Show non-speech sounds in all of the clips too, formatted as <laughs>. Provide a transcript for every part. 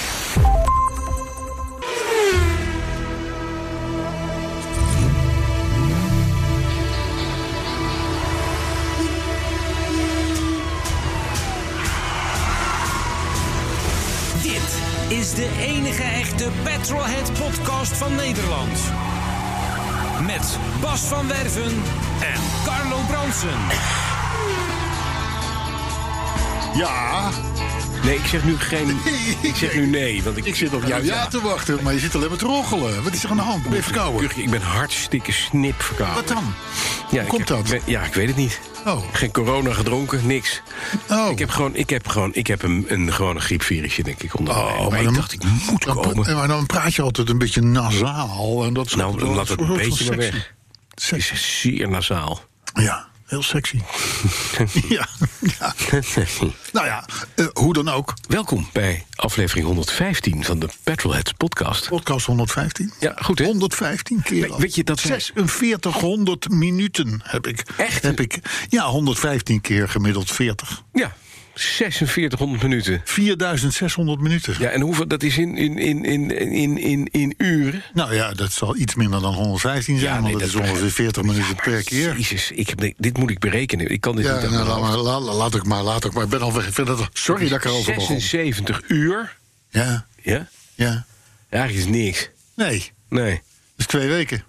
Dit is de enige echte Petrolhead podcast van Nederland. Met Bas van Werven en Carlo Bronsen. Ja, Nee, ik zeg <laughs> nu geen. Ik zeg nu nee, want ik, zit op ja, jouw ja te wachten, maar je zit alleen maar te roggelen. Wat is er aan de hand? Ben je verkouden? Kuchje, Ik ben hartstikke snip verkouden. Wat dan? Ja, ik komt heb- dat? ik ben- ja, ik weet het niet. Oh. Geen corona gedronken, niks. Oh. Ik heb gewoon, ik heb gewoon, ik heb een, een gewone griepvirusje, denk ik, onder. Oh, maar, ik dacht, ik moet dan, komen. Maar dan praat je altijd een beetje nasaal. En dat is nou, altijd dan wel laat het soort een van beetje maar sexy. weg. Het Sexy. is <laughs> zeer nasaal. Ja, heel <laughs> sexy. ja, ja. Nou ja, eh, hoe dan ook. Welkom bij aflevering 115 van de Petrolheads podcast. Podcast 115. Ja, goed, hè? 115 keer. We- al. weet je dat wij- 4600 minuten heb ik. Echt? Heb ik. Ja, 115 keer gemiddeld 40. Ja, 4600 minuten. 4600 minuten. Ja, en hoeveel, dat is in, in, in, in, in, in, in uren. Nou ja, dat zal iets minder dan 115 zijn, Ja, want nee, dat, dat is begrijp ongeveer 40 minuten per keer. Jezus, ik heb, nee, dit moet ik berekenen. Ik kan dit Ja, niet aan nou, mijn laat, hoofd. maar, laat, laat ik maar, laat ik maar. Ik ben al weg. Ik vind dat- sorry dat ik erover begon. 76 uur. Ja, Ja? ja. Eigenlijk is niks. Nee, dat Nee, is twee weken.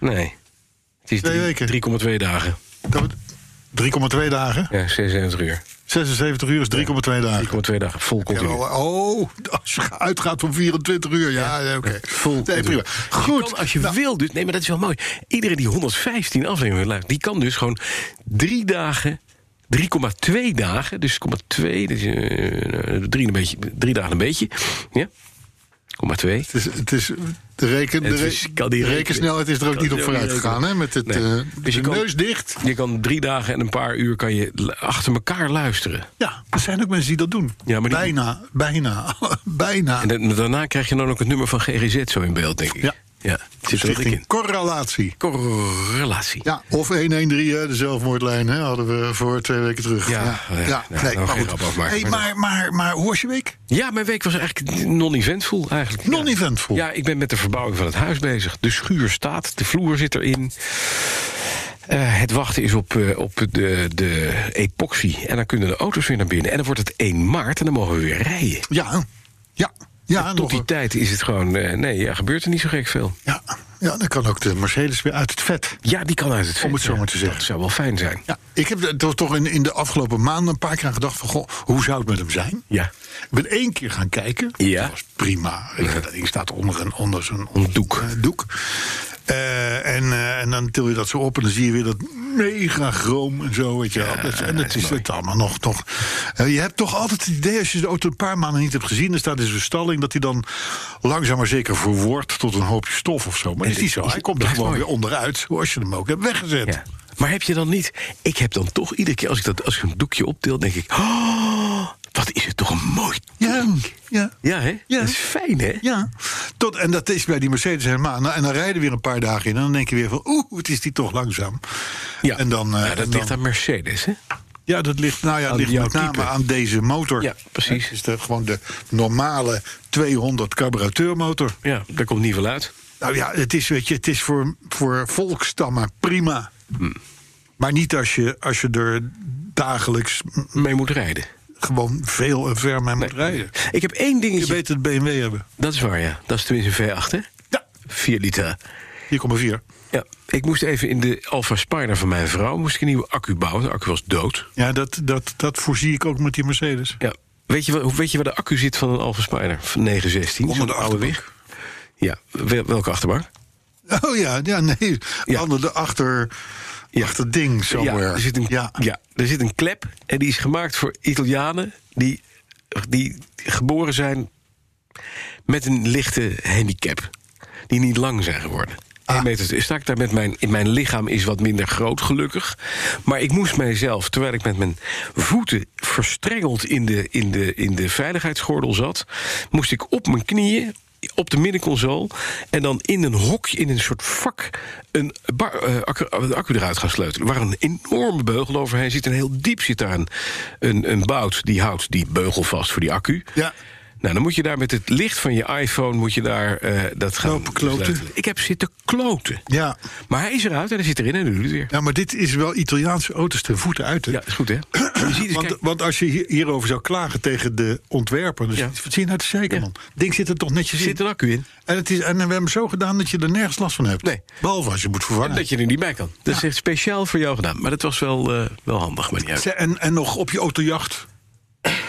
nee. Het is Twee drie- weken. 3,2 dagen. Dat bet- 3,2 dagen. Ja, 76 uur. 76 uur is 3,2 dagen. 3,2 dagen, vol Ja, continu. maar- oh, <laughs> als je uitgaat van 24 uur. Ja, ja, oké. Nee, prima. Je Goed. kan, als je Nou, wil, dus. Nee, maar dat is wel mooi. Iedereen die 115 afleveringen luistert, die kan dus gewoon drie dagen. 3,2 dagen, dus 0,2, dus, eh, drie, een beetje, drie dagen een beetje. Ja? 0,2. het is, het is, de, reken, de, Het re- is- kan die de rekenen. rekensnelheid is er ook Kan niet die op ook niet vooruit gegaan. Hè, rekenen. met het, Nee. eh, Dus je de kan- neus dicht. Je kan drie dagen en een paar uur kan je l- achter elkaar luisteren. Ja, er zijn ook mensen die dat doen. Ja, maar die- Bijna, bijna, <laughs> bijna. En da- daarna krijg je dan ook het nummer van GGZ zo in beeld, denk ik. Ja. ja. Het zit er dik in. Stichting Correlatie. Correlatie. Ja, of 113, hè, de zelfmoordlijn, hè, hadden we voor twee weken terug. Ja, ja, ja, nou, nee, nou maar geen goed. grap afmaken. Hey, maar, maar, maar hoe was je week? Ja, mijn week was eigenlijk non-eventvol eigenlijk. Ja. Non-eventvol. Ja, ik ben met de verbouwing van het huis bezig. De schuur staat, de vloer zit erin. Eh, het wachten is op, eh, op de, de epoxy. En dan kunnen de auto's weer naar binnen. En dan wordt het 1 maart en dan mogen we weer rijden. Ja, ja, ja. nog Tot die een- tijd is het gewoon... eh, nee, ja, gebeurt er niet zo gek veel. ja, ja, dan kan ook de Mercedes weer uit het vet. Ja, die kan uit het vet. het zo ja. maar te zeggen. Dat zou wel fijn zijn. Ja, ik heb er toch- toch in, in de afgelopen maanden een paar keer aan gedacht van... Goh, hoe zou het met hem zijn? Ja. Ik ben één keer gaan kijken. Ja. Dat was prima. Ik- Dat ding staat onder, een, onder zo'n Een doek. eh, doek. Eh, en, eh, en dan til je dat zo op en dan zie je weer dat mega groom en zo. Weet je wel. Dat is- en het is is mooi. het allemaal nog. nog eh, je hebt toch altijd het idee, als je de auto een paar maanden niet hebt gezien... dan staat in zijn stalling, dat hij dan langzaam maar zeker verwoordt... tot een hoopje stof of zo. Maar dat is dit niet zo. is- Hij komt er blijft gewoon mooi. weer onderuit, zoals je hem ook hebt weggezet. Ja. Maar heb je dan niet... Ik heb dan toch iedere keer als ik, dat, als ik een doekje optil... denk ik... Oh, wat is het toch een mooi... ja, ja. Ja, hè? Ja. Dat is fijn, hè? Ja, tot, en dat is bij die Mercedes helemaal. Nou, en dan rijden we weer een paar dagen in. En dan denk je weer van, oeh, het is die toch langzaam. Ja, en dan, eh, ja dat en dan- ligt aan Mercedes, hè? ja dat ligt, nou ja, Aan het ligt jouw met name type. aan deze motor. Ja, precies. Het is de, gewoon de normale 200 carburateurmotor. Ja, daar komt niet veel uit. Nou ja, het is, weet je, het is voor, voor volkstammen prima. Hm. Maar niet als je, als je er dagelijks Mee moet rijden. gewoon veel en ver mee moet rijden. Ik heb één Je dingetje. weet het BMW hebben. Dat is waar, ja. Dat is tenminste een V8, hè? Ja, 4 liter. 4,4. Ja, ik moest even in de Alfa Spider van mijn vrouw... moest ik een nieuwe accu bouwen. De accu was dood. Ja, dat, dat, dat voorzie ik ook met die Mercedes. Ja. Weet je, wa- hoe- weet je waar de accu zit van een Alfa Spider? Van 916. Onder de zo'n oude achterbank. weg. Ja, wel- welke achterbank? <laughs> Oh ja, ja nee. Ja. Ander de achter, Ja. achter ding Ja, somewhere. er zit een, ja. ja. er zit een klep en die is gemaakt voor Italianen die, die geboren zijn met een lichte handicap. Die niet lang zijn geworden. 1 meter sta ik daar met mijn, in mijn lichaam is wat minder groot, gelukkig. Maar ik moest mijzelf, terwijl ik met mijn voeten verstrengeld in de, in de, in de veiligheidsgordel zat, moest ik op mijn knieën. Op de middenconsole en dan in een hokje, in een soort vak, een bar- eh, accu, de accu eruit gaan sleutelen. Waar een enorme beugel overheen zit en heel diep zit daar een, een, een bout die houdt die beugel vast voor die accu. Ja. Nou, dan moet je daar met het licht van je iPhone moet je daar, eh, dat gaan Lopen kloten. sleutelen. Ik heb zitten kloten. Ja. Maar hij is eruit en hij zit erin en nu doet hij het weer. ja, maar dit is wel Italiaanse auto's ten voeten uit. hè? Ja, is <clears throat> goed hè? Je ziet dus, Want, kijk, want als je hier- hierover zou klagen tegen de ontwerper... Dus Ja. wat zie je nou te zeiken, Ja. man? Ding zit er toch netjes er zit in? een accu in. En, het is, en we hebben hem zo gedaan dat je er nergens last van hebt. Nee. Behalve als je moet En vervangen. dat je er niet bij kan. Dat is echt speciaal voor jou gedaan. Maar dat was wel, eh, wel handig. Maar niet uit. Ze- En, en nog op je autojacht.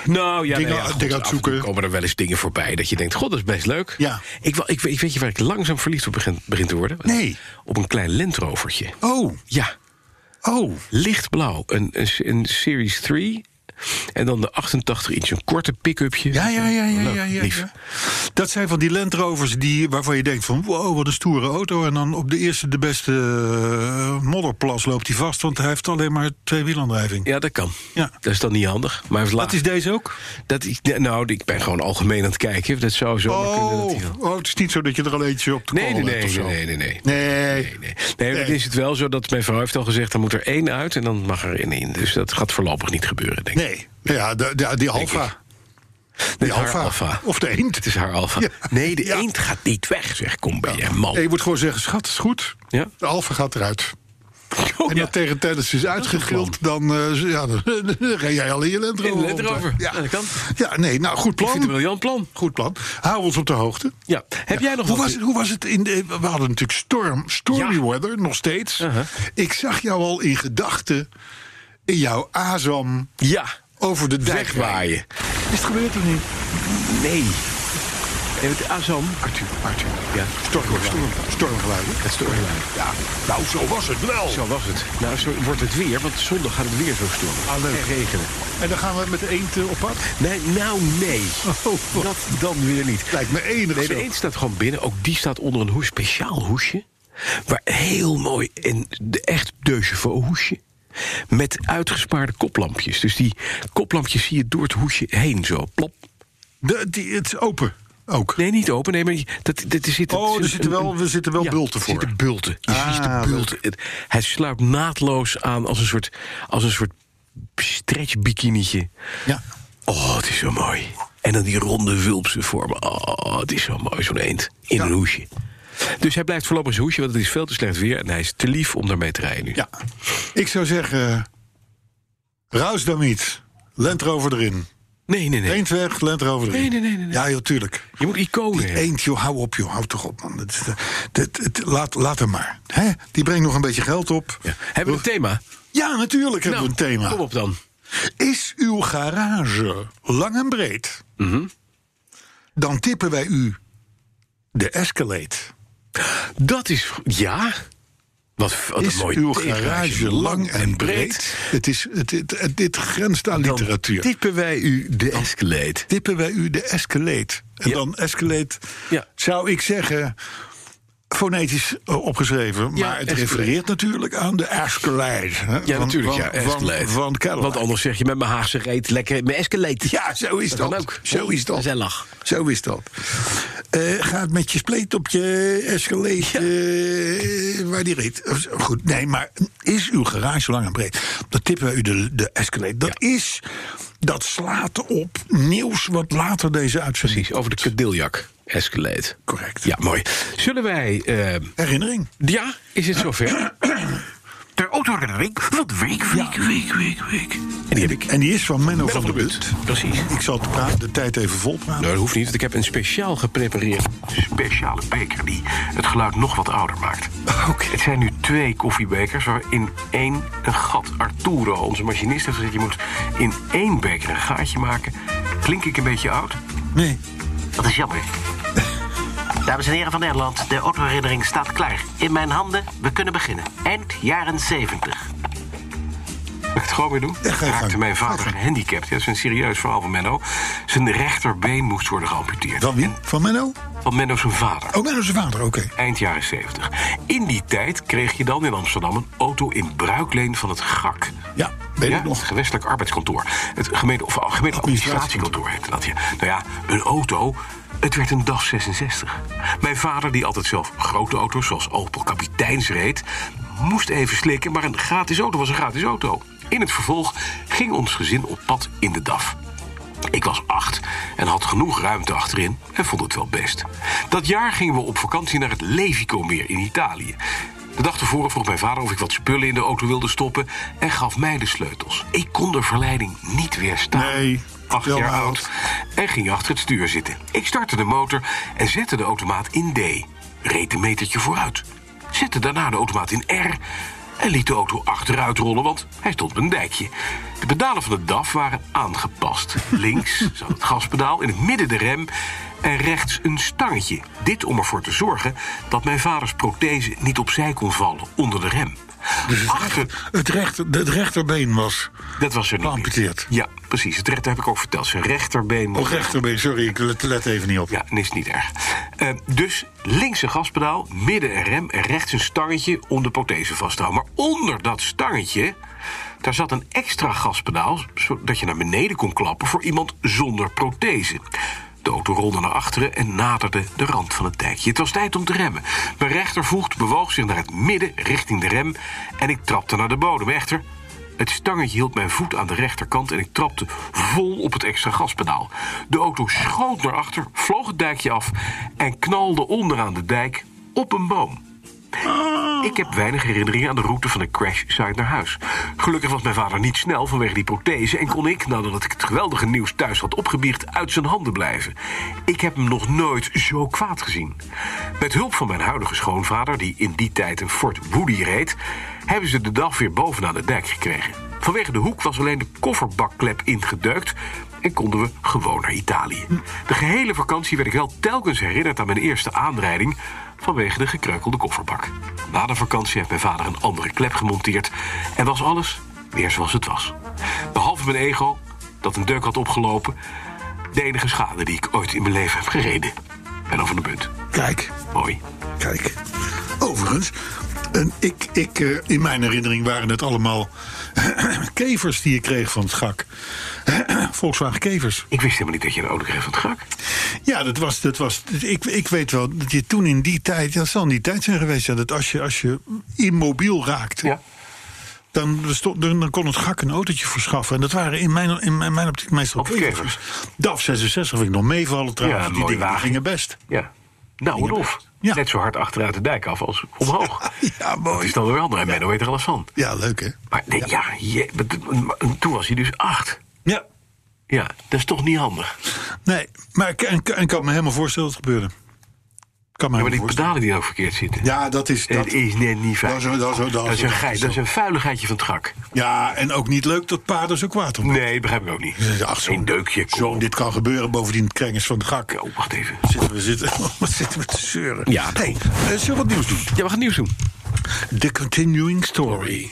Nou ja, Dingen- nou ja, goed, dingen af en toe uitzoeken. komen er wel eens dingen voorbij dat je denkt: God, dat is best leuk. Ja. Ik, wa- ik, ik weet je waar ik langzaam verliefd op begin, begin te worden? Nee. Op een klein landrovertje. Oh, Ja. oh. lichtblauw. Een, een, een Series 3. En dan de 88 inch, een korte pick-upje. Ja, ja, ja, ja, Leuk, ja, ja, lief. ja. Dat zijn van die Land Rovers die, waarvan je denkt van... wow, wat een stoere auto. En dan op de eerste de beste eh, modderplas loopt hij vast... want hij heeft alleen maar tweewielaandrijving. Ja, dat kan. Ja. Dat is dan niet handig. Maar hij heeft Dat laag- is deze ook? dat is, nou, ik ben gewoon algemeen aan het kijken. Dat zou zo kunnen. Dat Oh, hij wel- oh, het is niet zo dat je er al eentje op de nee, nee, korrel nee, hebt of zo. nee, nee, nee, nee. Nee. Nee, nee, dan is het wel zo dat mijn vrouw heeft al gezegd... dan moet er één uit en dan mag er één in. Dus dat gaat voorlopig niet gebeuren, denk ik. Nee. Nou Ja, de, de- die Alfa. Nee, Die haar Alfa. Alfa. Of de eend. Het is haar alfa. Ja. Nee, de Ja. eend gaat niet weg, zeg. Kom bij je, man. Nee, je moet gewoon zeggen, schat, is goed. Ja? De Alfa gaat eruit. <laughs> Oh, En ja. dat tegen tennis is uitgegild, dan, eh, z- ja, <laughs> dan, ga jij al in je Land In de Rover. Land rond, hè. Rover. Ja, Ja. dat kan. ja, nee, nou, goed Ik vind het een plan. briljant plan. Goed plan. Hou ons op de hoogte. Ja. Heb jij nog hoe wat? was, het, hoe was het in de, We hadden natuurlijk storm, stormy Ja. weather, nog steeds. Uh-huh. Ik zag jou al in gedachten in jouw azam Ja, over de dijk waaien. wegwaaien. Is het gebeurd of niet? Nee. En het Azam. Arthur, Arthur. Ja. Storm, storm, stormgeluiden. Het stormgeluiden. Ja, nou, zo was het wel. Zo was het. Nou, zo wordt het weer, want zondag gaat het weer zo stormen. Ah, leuk. En regenen. En dan gaan we met de eend eh, op pad? Nee, nou, nee. Oh, Dat dan weer niet. Lijkt me enig Nee, zo. de een staat gewoon binnen. Ook die staat onder een hoes, speciaal hoesje. Waar heel mooi en de, echt deux chevaux hoesje. Met uitgespaarde koplampjes. Dus die koplampjes zie je door het hoesje heen zo. Plop. De, die, het is open ook. Nee, niet open. Nee, maar die- dat, dat, er zit, Oh, er zit zitten een- wel- er zitten wel bulten voor. Er zitten bulten. Je Ah, ziet de bulten. Het, hij sluit naadloos aan als een soort, als een soort stretchbikinietje. Ja. Oh, het is zo mooi. En dan die ronde wulpse vormen. Oh, het is zo mooi, zo'n eend. In een hoesje. Dus hij blijft voorlopig zijn hoesje, want het is veel te slecht weer. En hij is te lief om daarmee te rijden nu. ja. Ik zou zeggen, ruis dan niet. Land Rover erin. Nee, nee, nee. Eend weg, Land Rover erin. Nee, nee, nee, nee, nee. Ja, joh, tuurlijk. Je moet iconen Die hebben. eend, joh, hou op, joh. Hou toch op, man. Dat, is de- dat, het- laat, laat hem maar. Hè? Die brengt nog een beetje geld op. Ja. Hebben we een thema? Nou, Ja, natuurlijk hebben we een Kom thema. op dan. Is uw garage lang en breed? Mhm. Dan tippen wij u de Escalade. Dat is. Ja? Wat, wat Is een mooi uw tegengeluidje. garage lang en breed? Het is, het, het, het- dit grenst aan literatuur. Dan typen wij u de Escalade. tippen wij u de Escalade. En Ja. dan Escalade, Ja. zou ik zeggen, fonetisch eh, opgeschreven. Maar Ja, het Escalade. refereert natuurlijk aan de Escalade. hè, Ja, van- natuurlijk. van- ja, Escalade. Van, van Cadillac. Want anders zeg je met mijn Haagse reet lekker mijn Escalade. Ja, zo is dat. kan ook. Zo is dat. Gezellig. Zo is dat. Eh, gaat met je spleet op je escalade eh, waar die reed. Of zo, Goed, nee, maar is uw garage lang en breed? Dan tippen wij u de, de escalade. Dat is, dat slaat op nieuws wat later deze uitzending. Precies, over de Cadillac Escalade. Correct. Ja, mooi. Zullen wij... eh, Herinnering. ja, is het zover? De autoherinnering van de week, week, week, week, week. En die heb ik. En die is van Menno, van de But. Precies. Ik zal de, praat- de tijd even volpraten. Nou, dat hoeft niet, want ik heb een speciaal geprepareerd. Speciale beker die het geluid nog wat ouder maakt. <laughs> Het zijn nu twee koffiebekers waarin één een gat. Arturo, onze machinist, heeft gezegd... je moet in één beker een gaatje maken. Klink ik een beetje oud? Nee. Dat is jammer. <laughs> Dames en heren van Nederland, de autoherinnering staat klaar. In mijn handen, we kunnen beginnen. Eind jaren 70. Mag ik het gewoon weer doen? Ja, ga je Raakte gang. mijn Ga je vader gang. gehandicapt. Ja, dat is een serieus verhaal van Menno. Zijn rechterbeen moest worden geamputeerd. Van wie? Van Menno? Van Menno zijn vader. Oh, Menno zijn vader, oké. Eind jaren 70. In die tijd kreeg je dan in Amsterdam een auto in bruikleen van het GAK. Ja, weet ik nog. Het gewestelijk arbeidskantoor. Het gemeente, of, oh, gemeente administratiekantoor heette dat. Ja. Nou ja, een auto. Het werd een DAF 66. Mijn vader, die altijd zelf grote auto's zoals Opel Kapiteins reed... moest even slikken, maar een gratis auto was een gratis auto. In het vervolg ging ons gezin op pad in de DAF. Ik was acht en had genoeg ruimte achterin en vond het wel best. Dat jaar gingen we op vakantie naar het Levico-meer in Italië. De dag tevoren vroeg mijn vader of ik wat spullen in de auto wilde stoppen en gaf mij de sleutels. Ik kon de verleiding niet weerstaan. Nee, acht wel jaar oud. oud. En ging achter het stuur zitten. Ik startte de motor en zette de automaat in D. Reed een metertje vooruit. Zette daarna de automaat in R. En liet de auto achteruit rollen, want hij stond op een dijkje. De pedalen van de DAF waren aangepast. <laughs> Links zat het gaspedaal, in het midden de rem en rechts een stangetje. Dit om ervoor te zorgen dat mijn vaders prothese niet opzij kon vallen onder de rem. Achter, Dus Het, rechter, het rechterbeen was. dat was er niet. meer. Geamputeerd. Ja, precies. Het rechter heb ik ook verteld. Zijn rechterbeen. Oh, rechterbeen, sorry, ik let, let even niet op. Ja, en is niet erg. Eh, dus links een gaspedaal, midden een rem en rechts een stangetje om de prothese vast te houden. Maar onder dat stangetje, daar zat een extra gaspedaal... zodat je naar beneden kon klappen voor iemand zonder prothese. De auto rolde naar achteren en naderde de rand van het dijkje. Het was tijd om te remmen. Mijn rechtervoet bewoog zich naar het midden richting de rem... en ik trapte naar de bodem. Echter, het stangetje hield mijn voet aan de rechterkant en ik trapte vol op het extra gaspedaal. De auto schoot naar achter, vloog het dijkje af en knalde onderaan de dijk op een boom. Ik heb weinig herinneringen aan de route van de crash site naar huis. Gelukkig was mijn vader niet snel vanwege die prothese en kon ik, nadat ik het geweldige nieuws thuis had opgebiecht, uit zijn handen blijven. Ik heb hem nog nooit zo kwaad gezien. Met hulp van mijn huidige schoonvader, die in die tijd een Ford Woody reed, hebben ze de dag weer bovenaan de dijk gekregen. Vanwege de hoek was alleen de kofferbakklep ingedeukt en konden we gewoon naar Italië. De gehele vakantie werd ik wel telkens herinnerd aan mijn eerste aanrijding vanwege de gekreukelde kofferbak. Na de vakantie heeft mijn vader een andere klep gemonteerd en was alles weer zoals het was. Behalve mijn ego, dat een deuk had opgelopen, de enige schade die ik ooit in mijn leven heb gereden. En over de punt. Kijk, Mooi. kijk. Overigens, en ik, ik, eh, in mijn herinnering waren het allemaal <clears throat> kevers die ik kreeg van het gak. <clears throat> Volkswagen kevers. Ik wist helemaal niet dat je een auto kreeg van het grak. Ja, dat was. Dat was ik, ik weet wel dat je toen in die tijd. Dat zal in die tijd zijn geweest. Ja, dat als je, als je immobiel raakte. Ja. Dan, bestond- dan dan kon het gak een autootje verschaffen. En dat waren in mijn, in mijn, mijn optiek meestal Of kevers. DAF 66 vind ik nog meevallen trouwens. Ja, die mooi dingen die wagen. gingen best. <laughs> Ja. Nou, en of. Ja. Net zo hard achteruit de dijk af als <laughs> omhoog. Ja, Dat mooi. is dan weer wel. En Menno weet er alles van. Ja, leuk hè? Maar nee, ja, je- maar toen- maar toen was hij dus acht. Ja. Ja, dat is toch niet handig. Nee, maar ik, en, en ik kan me helemaal voorstellen dat het gebeurde. Kan me Ja, maar die helemaal voorstellen. pedalen die ook verkeerd zitten. Ja, dat is. dat, Dat, is net niet fijn. dat is een- dat is een- dat is een een- gei- dat is een vuiligheidje van het gak. ja, en ook niet leuk dat paarden zo kwaad om. Nee, dat begrijp ik ook niet. Ach, zo'n Geen deukje. kom Zo, op. dit kan gebeuren bovendien het krengers van de gak. Oh, wacht even. Zitten we, zitten, <laughs> wat zitten we te zeuren? Ja, hey, eh, zullen we wat nieuws doen? Ja, we gaan nieuws doen. The continuing story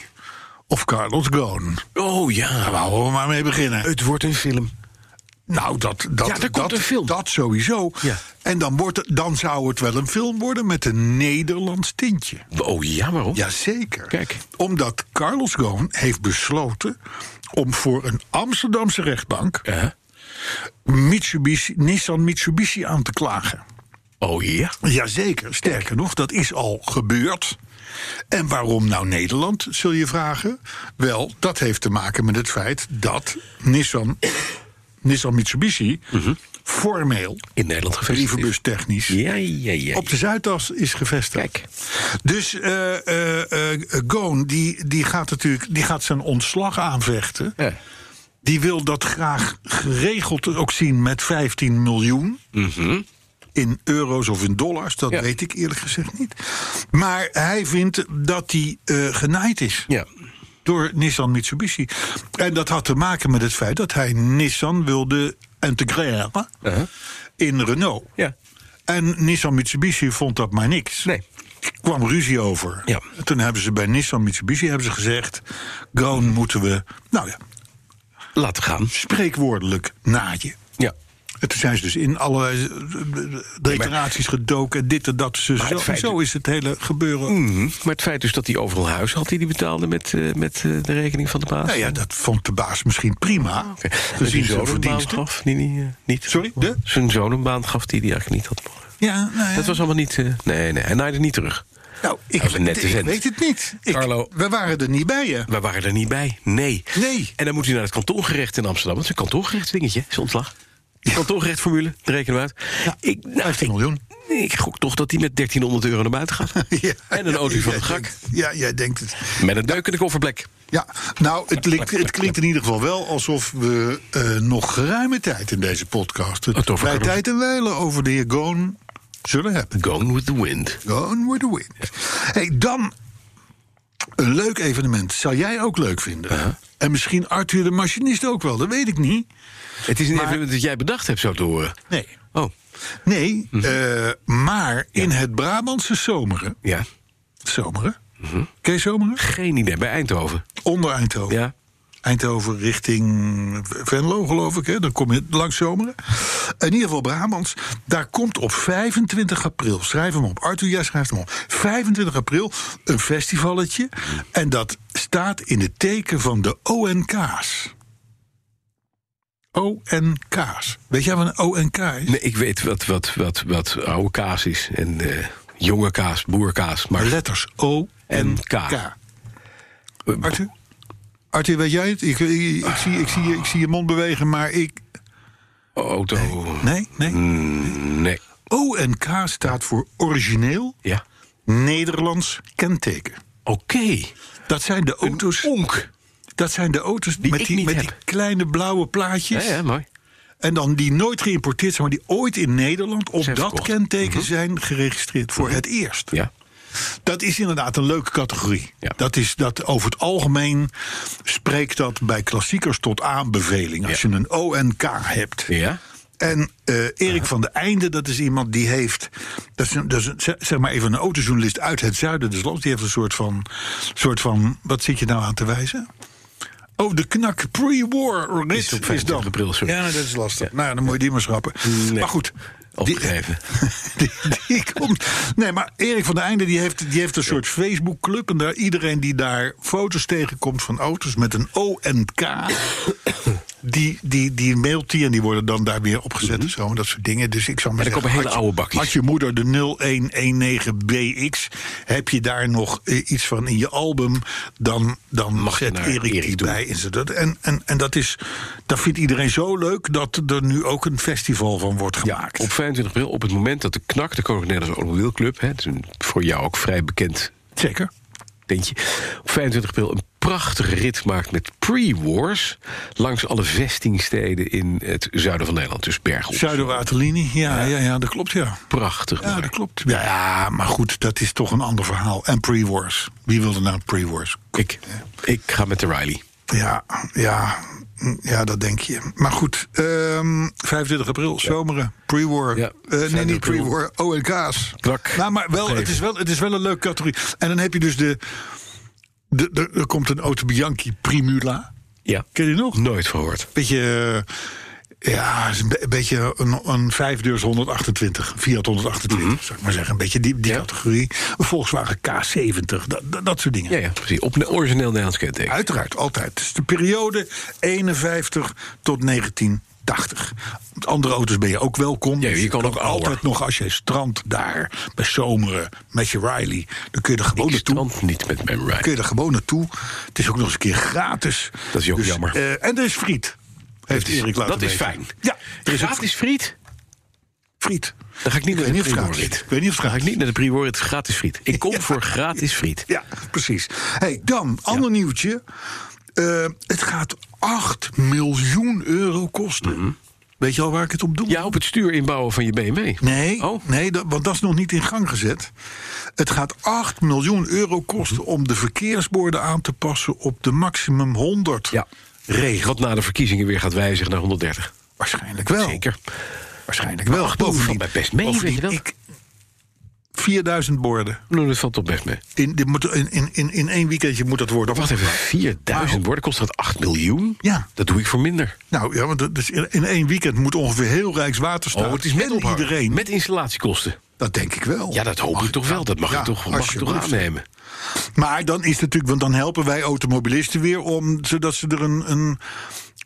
of Carlos Ghosn. Oh Daar ja. wouden we maar mee beginnen. Het wordt een film. Nou, dat, dat, Ja, er komt dat, een film. dat sowieso. Ja. En dan, wordt het, dan zou het wel een film worden met een Nederlands tintje. Oh ja, waarom? Jazeker. Kijk. Omdat Carlos Ghosn heeft besloten om voor een Amsterdamse rechtbank Eh? Mitsubishi, Nissan Mitsubishi aan te klagen. Oh ja. Jazeker, sterker nog, dat is al gebeurd. En waarom nou Nederland, zul je vragen? Wel, dat heeft te maken met het feit dat Nissan, Nissan Mitsubishi formeel, Mhm. In Nederland gevestigd. is. brievenbustechnisch, Ja, ja, ja. op de Zuidas is gevestigd. Kijk. Dus eh eh, eh, Goon, die, die gaat natuurlijk die gaat zijn ontslag aanvechten. Ja. Eh, Die wil dat graag geregeld ook zien met 15 miljoen. In euro's of in dollars, dat Mhm. Ja. weet ik eerlijk gezegd niet. Maar hij vindt dat hij eh genaaid is Ja. door Nissan Mitsubishi. En dat had te maken met het feit dat hij Nissan wilde integreren Uh-huh. in Renault. Ja. En Nissan Mitsubishi vond dat maar niks. Nee. kwam ruzie over. Ja. Toen hebben ze bij Nissan Mitsubishi hebben ze gezegd... Groen moeten we, nou ja, Laten gaan. spreekwoordelijk naadje. Ja. En toen zijn ze dus in alle eh, declaraties gedoken. en Dit en dat. Zo, Maar het zo- feit- zo is het hele gebeuren. Maar het feit dus dat hij overal huizen had die hij betaalde met, eh, met eh, de rekening van de baas. Nou ja, dat vond de baas misschien prima. Oké. Dat Gezien zijn zijn zoon een baan verdiensten. gaf die hij eh, niet. Sorry, de? Zijn zoon een baan gaf die hij eigenlijk niet had mogen. Ja, nou ja. Dat was allemaal niet. eh, nee, nee, hij naaide niet terug. Nou, ik, was een nette ik vent. weet het niet. Ik, Carlo. We waren er niet bij, hè? <laughs> We waren er niet bij. Nee. Nee. En dan moet hij naar het kantongerecht in Amsterdam. Het is een kantongerechtsdingetje, zijn ontslag. Kantongerechtformule, daar rekenen we uit. ik, nou, 15 miljoen. ik, ik gok toch dat hij met 1300 euro naar buiten gaat. <laughs> Ja, en een auto van jij het gak. denkt- Ja, jij denkt het. Met een duikende kofferplek. Ja, nou, het klinkt, het klinkt in ieder geval wel alsof we eh, nog geruime tijd in deze podcast... Het over- bij tijd en wijlen over de heer Goon zullen hebben. Gone with the wind. Goon with the wind. hey, dan een leuk evenement. Zou jij ook leuk vinden? En misschien Arthur de machinist ook wel, dat weet ik niet. Het is een evenement dat jij bedacht hebt, zo te horen. Nee. Oh, Nee, eh, maar in het Brabantse Zomeren... ja. Zomeren? Ken je Zomeren? Geen idee. Bij Eindhoven. Onder Eindhoven. Mhm. Ja. Eindhoven richting Venlo, geloof ik. Hè? Dan kom je langs Zomeren. In ieder geval Brabants. Daar komt op 25 april, schrijf hem op. Arthur, jij schrijft hem op. 25 april een festivalletje. En dat staat in het teken van de ONK's. ONK's. Weet jij wat een ONK is? Nee, ik weet wat, wat, wat, wat oude kaas is. En eh, jonge kaas, boerkaas. Maar Letters O en K. K. Eh, Arthur? Arthur, weet jij het? Ik, ik, ik zie, ik, zie, je- ik zie je mond bewegen, maar ik... Auto. mm, Nee, nee. nee. O en K staat voor origineel Ja. Nederlands kenteken. Oké. Dat zijn de dus. auto's. onk. Dat zijn de auto's met, ik die, niet met heb. die kleine blauwe Ja, plaatjes. ja, mooi. En dan die nooit geïmporteerd zijn, maar die ooit in Nederland op Zijn dat verkocht. Mhm. kenteken zijn geregistreerd voor het eerst. Ja. Dat is inderdaad een leuke categorie. Ja. Dat is dat over het algemeen spreekt dat bij klassiekers tot aanbeveling. Als Ja. je een ONK hebt. Ja. En eh, Erik van der Einde, dat is iemand die heeft. Dat is, een- dat is een- zeg- zeg maar even een autojournalist uit het zuiden des lands. Die heeft een soort van. soort van wat zit je nou aan te wijzen? Oh, de knak pre-war rit Is op is 25 dan. april, sorry. Ja, dat is lastig. Nou, ja, dan moet je die maar schrappen. Maar goed. die- Opgegeven. <laughs> die, die komt. Nee, maar Erik van der Einde die heeft, die heeft een soort Facebookclub. En daar iedereen die daar foto's tegenkomt van auto's met een O en K. Die, die, die mailt die en die worden dan daar weer opgezet en zo. En dat soort dingen. Dus ik zou maar Mhm. En er zeggen, komen hele had je- oude bakjes. Had je moeder de 0119BX, heb je daar nog eh, iets van in je album... dan, dan Mag je zet naar Erik, Erik die toe. bij. En, zo dat, en, en, en dat, is, dat vindt iedereen zo leuk dat er nu ook een festival van wordt gemaakt. Op 25 april, op het moment dat de KNAK, de Koninklijke Nederlandse Automobielclub... Hè, het is een voor jou ook vrij bekend Zeker. tentje... op 25 april een prachtige rit maakt met pre-wars... langs alle vestingsteden in het zuiden van Nederland. Dus Bergen op Zoom. Zuiderwaterlinie, ja, ja, ja, dat klopt, ja. Prachtig. Ja, mooi. dat klopt. Ja, ja, maar goed, dat is toch een ander verhaal. En pre-wars. Wie wilde nou pre-wars? Ik, ik ga met de Riley. Ja, ja, mm, ja, dat denk je. Maar goed, ehm 25 april, zomeren, pre-war. Ja, Eh, nee, 25 niet april. pre-war, ONK's. Knak. Nou, maar wel, het, is wel, het is wel een leuke categorie. En dan heb je dus de... de, de- er komt een Auto Bianchi Primula. Ja. Ken je die nog? Nooit verhoord. beetje. eh, Ja, is een be- een beetje een, een vijfdeurs 128, Fiat 128, zou ik maar zeggen. Een beetje die, die Mhm. Ja. categorie. Een Volkswagen K70, dat, dat, dat soort dingen. Ja, ja, precies. Op een origineel Nederlands kenteken. Uiteraard, altijd. Het is de periode 51 tot 1980. Met andere auto's ben je ook welkom. Ja, je Dus kan ook ouder. altijd nog als je strand daar, bij Zomeren, met je Riley. Dan kun je er gewoon Ik naartoe. strand niet met mijn kun Riley. je er gewoon naartoe. Het is ook nog eens een keer gratis. Dat is ook jammer. eh, en er is friet. Heeft Erik laten Dat is weten. fijn. Ja, er is ook Gratis friet? friet. Dan ga ik niet Ik naar weet de niet of het pre-war gratis is. rit. Ik weet niet of het Dan ga ik gratis niet naar de pre-war rit. Gratis friet. Ik <laughs> kom voor gratis friet. Ja, precies. Hey, dan, ander nieuwtje. Eh, het gaat 8 miljoen euro kosten. Weet je al waar ik het op doe? Mhm. Ja, op het stuur inbouwen van je BMW. Nee, Oh. nee dat, want dat is nog niet in gang gezet. Het gaat 8 miljoen euro kosten Mhm. om de verkeersborden aan te passen op de maximum 100 Ja. regel. Wat na de verkiezingen weer gaat wijzigen naar 130. Waarschijnlijk wel. Zeker. Waarschijnlijk wel. Ach, doe, valt mij best mee, weet je wel. ik 4000 borden. Nou, dat valt toch best mee. In, dit moet, in, in, in, in één weekendje moet dat worden. Wacht even, 4000 woorden kost dat 8 miljoen? Ja. Dat doe ik voor minder. Nou ja, want dat is in in één weekend moet ongeveer heel Rijkswaterstaat. en ophangen. iedereen. Oh, Met installatiekosten. Dat denk ik wel. Ja, dat hoop ik toch wel. Dat mag Ja, ik toch, mag ik toch alsjeblieft. aannemen. Maar dan is het natuurlijk, want dan helpen wij automobilisten weer om zodat ze er een. een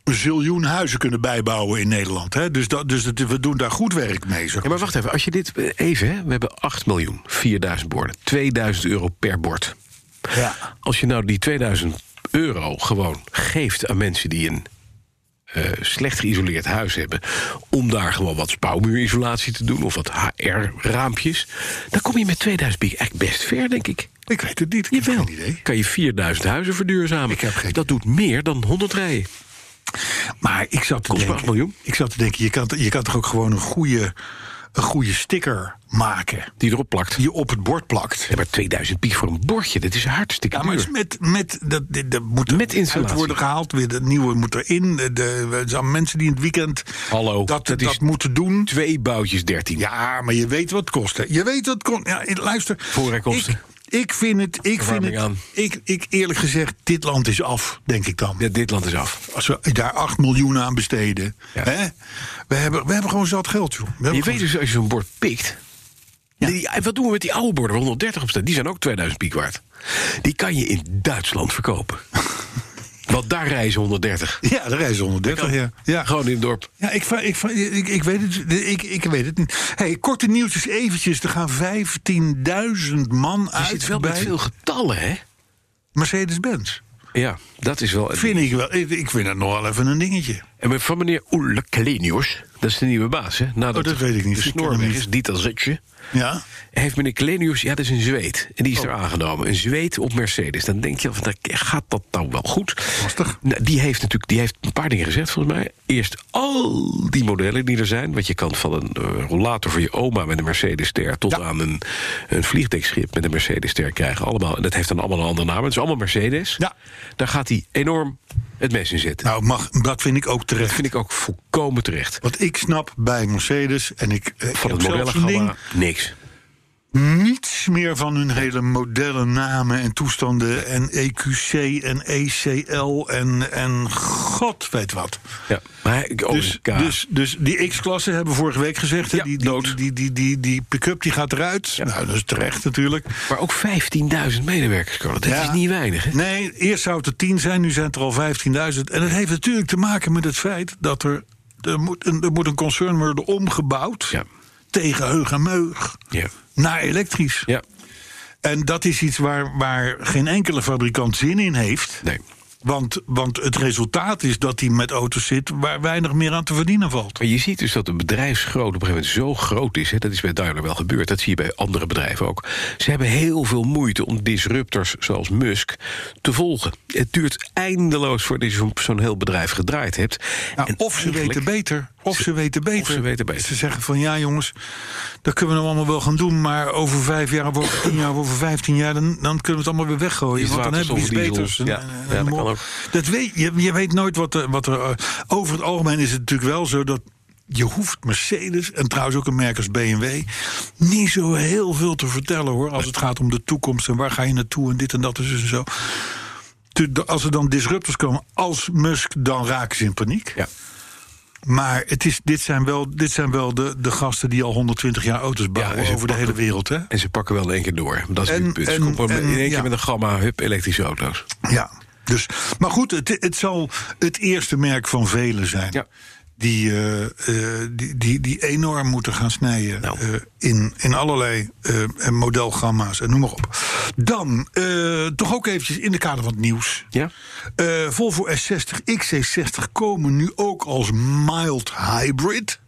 ziljoen huizen kunnen bijbouwen in Nederland. Hè? Dus, dat, dus dat, we doen daar goed werk mee. Zeg. Ja, maar wacht even. Als je dit eh, even, hè, we hebben 8 miljoen, 4000 borden, 2000 euro per bord. Ja. Als je nou die 2000 euro gewoon geeft aan mensen die een eh, slecht geïsoleerd huis hebben, om daar gewoon wat spouwmuurisolatie te doen of wat HR-raampjes, dan kom je met 2000 piek echt best ver, denk ik. Ik weet het niet. Ik heb Jawel. geen idee. Kan je 4000 huizen verduurzamen? Ik heb geen dat doet meer dan 100 rijen. Maar ik zat te Kost maar denken, acht miljoen. Ik zat te denken, je kan, t- je kan toch ook gewoon een goede, een goede sticker maken Die erop plakt. die je op het bord plakt. Ja, maar 2000 piek voor een bordje, dat is hartstikke Ja, maar duur. het is met, met, dat, dit- dat moet er Met installatie. uit worden gehaald, weer de nieuwe moet erin. De, de, er zijn mensen die in het weekend Hallo, dat, dat dat, is- moeten doen. Twee boutjes 13. Ja, maar je weet wat het kost. hè. Je weet wat het kost. Ja, luister. Voorrijkosten. Ik, ik vind het. Ik vind Verwarming het. aan. Ik, ik eerlijk gezegd, dit land is af, denk ik dan. Ja, dit land is af. Als we daar 8 miljoen aan besteden. Ja. Hè? We, hebben, we hebben gewoon zat geld, joh. We hebben Je gewoon- weet dus als je zo'n bord pikt. Die, en wat doen we met die oude borden waar 130 op staan? Die zijn ook 2000 piek waard. Die kan je in Duitsland <laughs> verkopen. Want daar reizen 130. Ja, de reis is 130. Ja. Ja. Gewoon in het dorp. Ja, ik, vra- ik, vra- ik, ik, weet het, ik, ik weet het niet. Hey, korte nieuwtjes eventjes. Er gaan 15.000 man Je uit zit wel bij met veel getallen, hè? Mercedes-Benz. Ja, dat is wel... Vind ik wel. Ik, ik vind het nog wel even een dingetje. En van meneer Oele Kalenius, dat is de nieuwe baas, hè? Nadat Oh, dat weet ik niet. De Ik ken hem snor weg niet. is, Dieter Zetje. Ja? Heeft meneer Kalenius, ja, dat is een Zweed. En die is er Oh. aangenomen. Een Zweed op Mercedes. Dan denk je, van, dat- gaat dat nou wel goed? Lastig. Nou, die heeft natuurlijk die heeft een paar dingen gezegd, volgens mij. Eerst al die modellen die er zijn. Want je kan van een eh, rollator voor je oma met een Mercedes-ster... tot aan een, een vliegdekschip met een Mercedes-ster krijgen. Allemaal, en dat heeft dan allemaal een andere naam. Het is allemaal Mercedes. Ja. Daar gaat hij enorm het mes in zetten. Nou, mag, dat vind ik ook dat terecht. vind ik ook volkomen terecht. Want ik snap bij Mercedes en ik, eh, ik Van heb het zelfs een ding modellengamma niks. niets meer van hun hele modellen, namen en toestanden en EQC en ECL en, en god weet wat. Ja, maar hij- oh, Dus, K. dus, dus die X-klasse hebben we vorige week gezegd. hè, Ja, die, die, dood. die, die, die, die, pick-up die gaat eruit. Nou, dat is terecht natuurlijk. Maar ook 15.000 medewerkers, Carlo. Dat Ja. is niet weinig, hè? Nee, eerst zou het er 10 zijn, nu zijn het er al 15.000. En dat heeft natuurlijk te maken met het feit dat er, er, moet, een, er moet een concern worden omgebouwd Ja. tegen heug en meug Ja. naar elektrisch. Ja, En dat is iets waar, waar geen enkele fabrikant zin in heeft. nee. Want, want het resultaat is dat hij met auto's zit waar weinig meer aan te verdienen valt. Maar je ziet dus dat een bedrijfsgrootte op een gegeven moment zo groot is. Hè, dat is bij Daimler wel gebeurd. Dat zie je bij andere bedrijven ook. Ze hebben heel veel moeite om disruptors zoals Musk te volgen. Het duurt eindeloos voordat je zo'n- zo'n heel bedrijf gedraaid hebt. Nou, En of ze eigenlijk- weten beter. Of ze, weten beter. ze weten beter. Ze zeggen van ja, jongens, dat kunnen we nou allemaal wel gaan doen. Maar over vijf jaar, of over tien jaar, of over vijftien jaar, dan, dan kunnen we het allemaal weer weggooien. Is Want dan hebben we iets waterstof, beters. diesel. En- Ja, en- ja, en dat mol. kan ook. Dat weet, je, je weet nooit wat er. Wat er eh, over het algemeen is het natuurlijk wel zo dat. Je hoeft Mercedes en trouwens ook een merk als BMW niet zo heel veel te vertellen hoor. Als het gaat om de toekomst en waar ga je naartoe en dit en dat dus en zo en zo. Tu- Als er dan disruptors komen, als Musk, dan raken ze in paniek. Ja. Maar het is, dit zijn wel, dit zijn wel de, de gasten die al 120 jaar auto's en bouwen ze over de hele wereld. Hè? En ze pakken wel in één keer door. Dat is En- nu het punt. Ze en- komen en- in één keer ja. met een gamma hup, elektrische auto's. Ja. Dus, maar goed, het, het zal het eerste merk van velen zijn. Ja. Die, eh, eh, die, die, die enorm moeten gaan snijden Nou. eh, in, in allerlei eh, modelgamma's en noem maar op. Dan eh, toch ook eventjes in de kader van het nieuws. Ja? Eh, Volvo S60, XC60 komen nu ook als mild hybrid.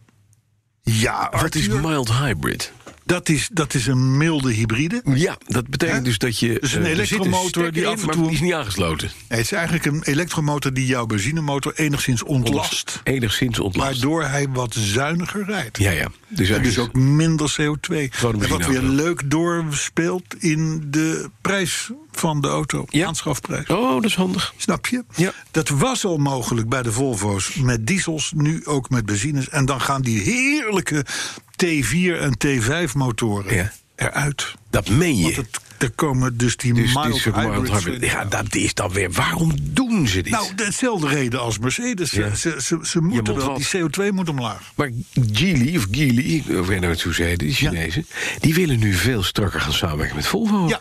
Ja, Wat is Arthur. mild hybrid? Dat is, dat is een milde hybride. Ja, dat betekent Hè? dus dat je... Dus een eh, er zit elektromotor stekker die in, af en maar toe- die is niet aangesloten. Nee, het is eigenlijk een elektromotor die jouw benzinemotor enigszins ontlast. Enigszins ontlast. Waardoor hij wat zuiniger rijdt. Ja, ja. Dus, En dus eigenlijk- ook minder CO2. En wat benzineauto. weer leuk doorspeelt in de prijs van de auto. Ja. Aanschafprijs. Oh, dat is handig. Snap je? Ja. Dat was al mogelijk bij de Volvo's met diesels, nu ook met benzines. En dan gaan die heerlijke T4 en T5 motoren. Ja. eruit. Dat meen je. Want het, er komen dus die dus dit mild soort mild hybrids hybrid- in. Ja, dat is dan weer. Waarom doen ze dit? Nou, dezelfde reden als Mercedes. Ja. Ze, ze, ze, ze moet moeten wel, wat. die CO2 moet omlaag. Maar Geely, of Geely, of hoe je nou het zo zei, die Chinezen... die willen nu veel strakker gaan samenwerken met Volvo. Ja.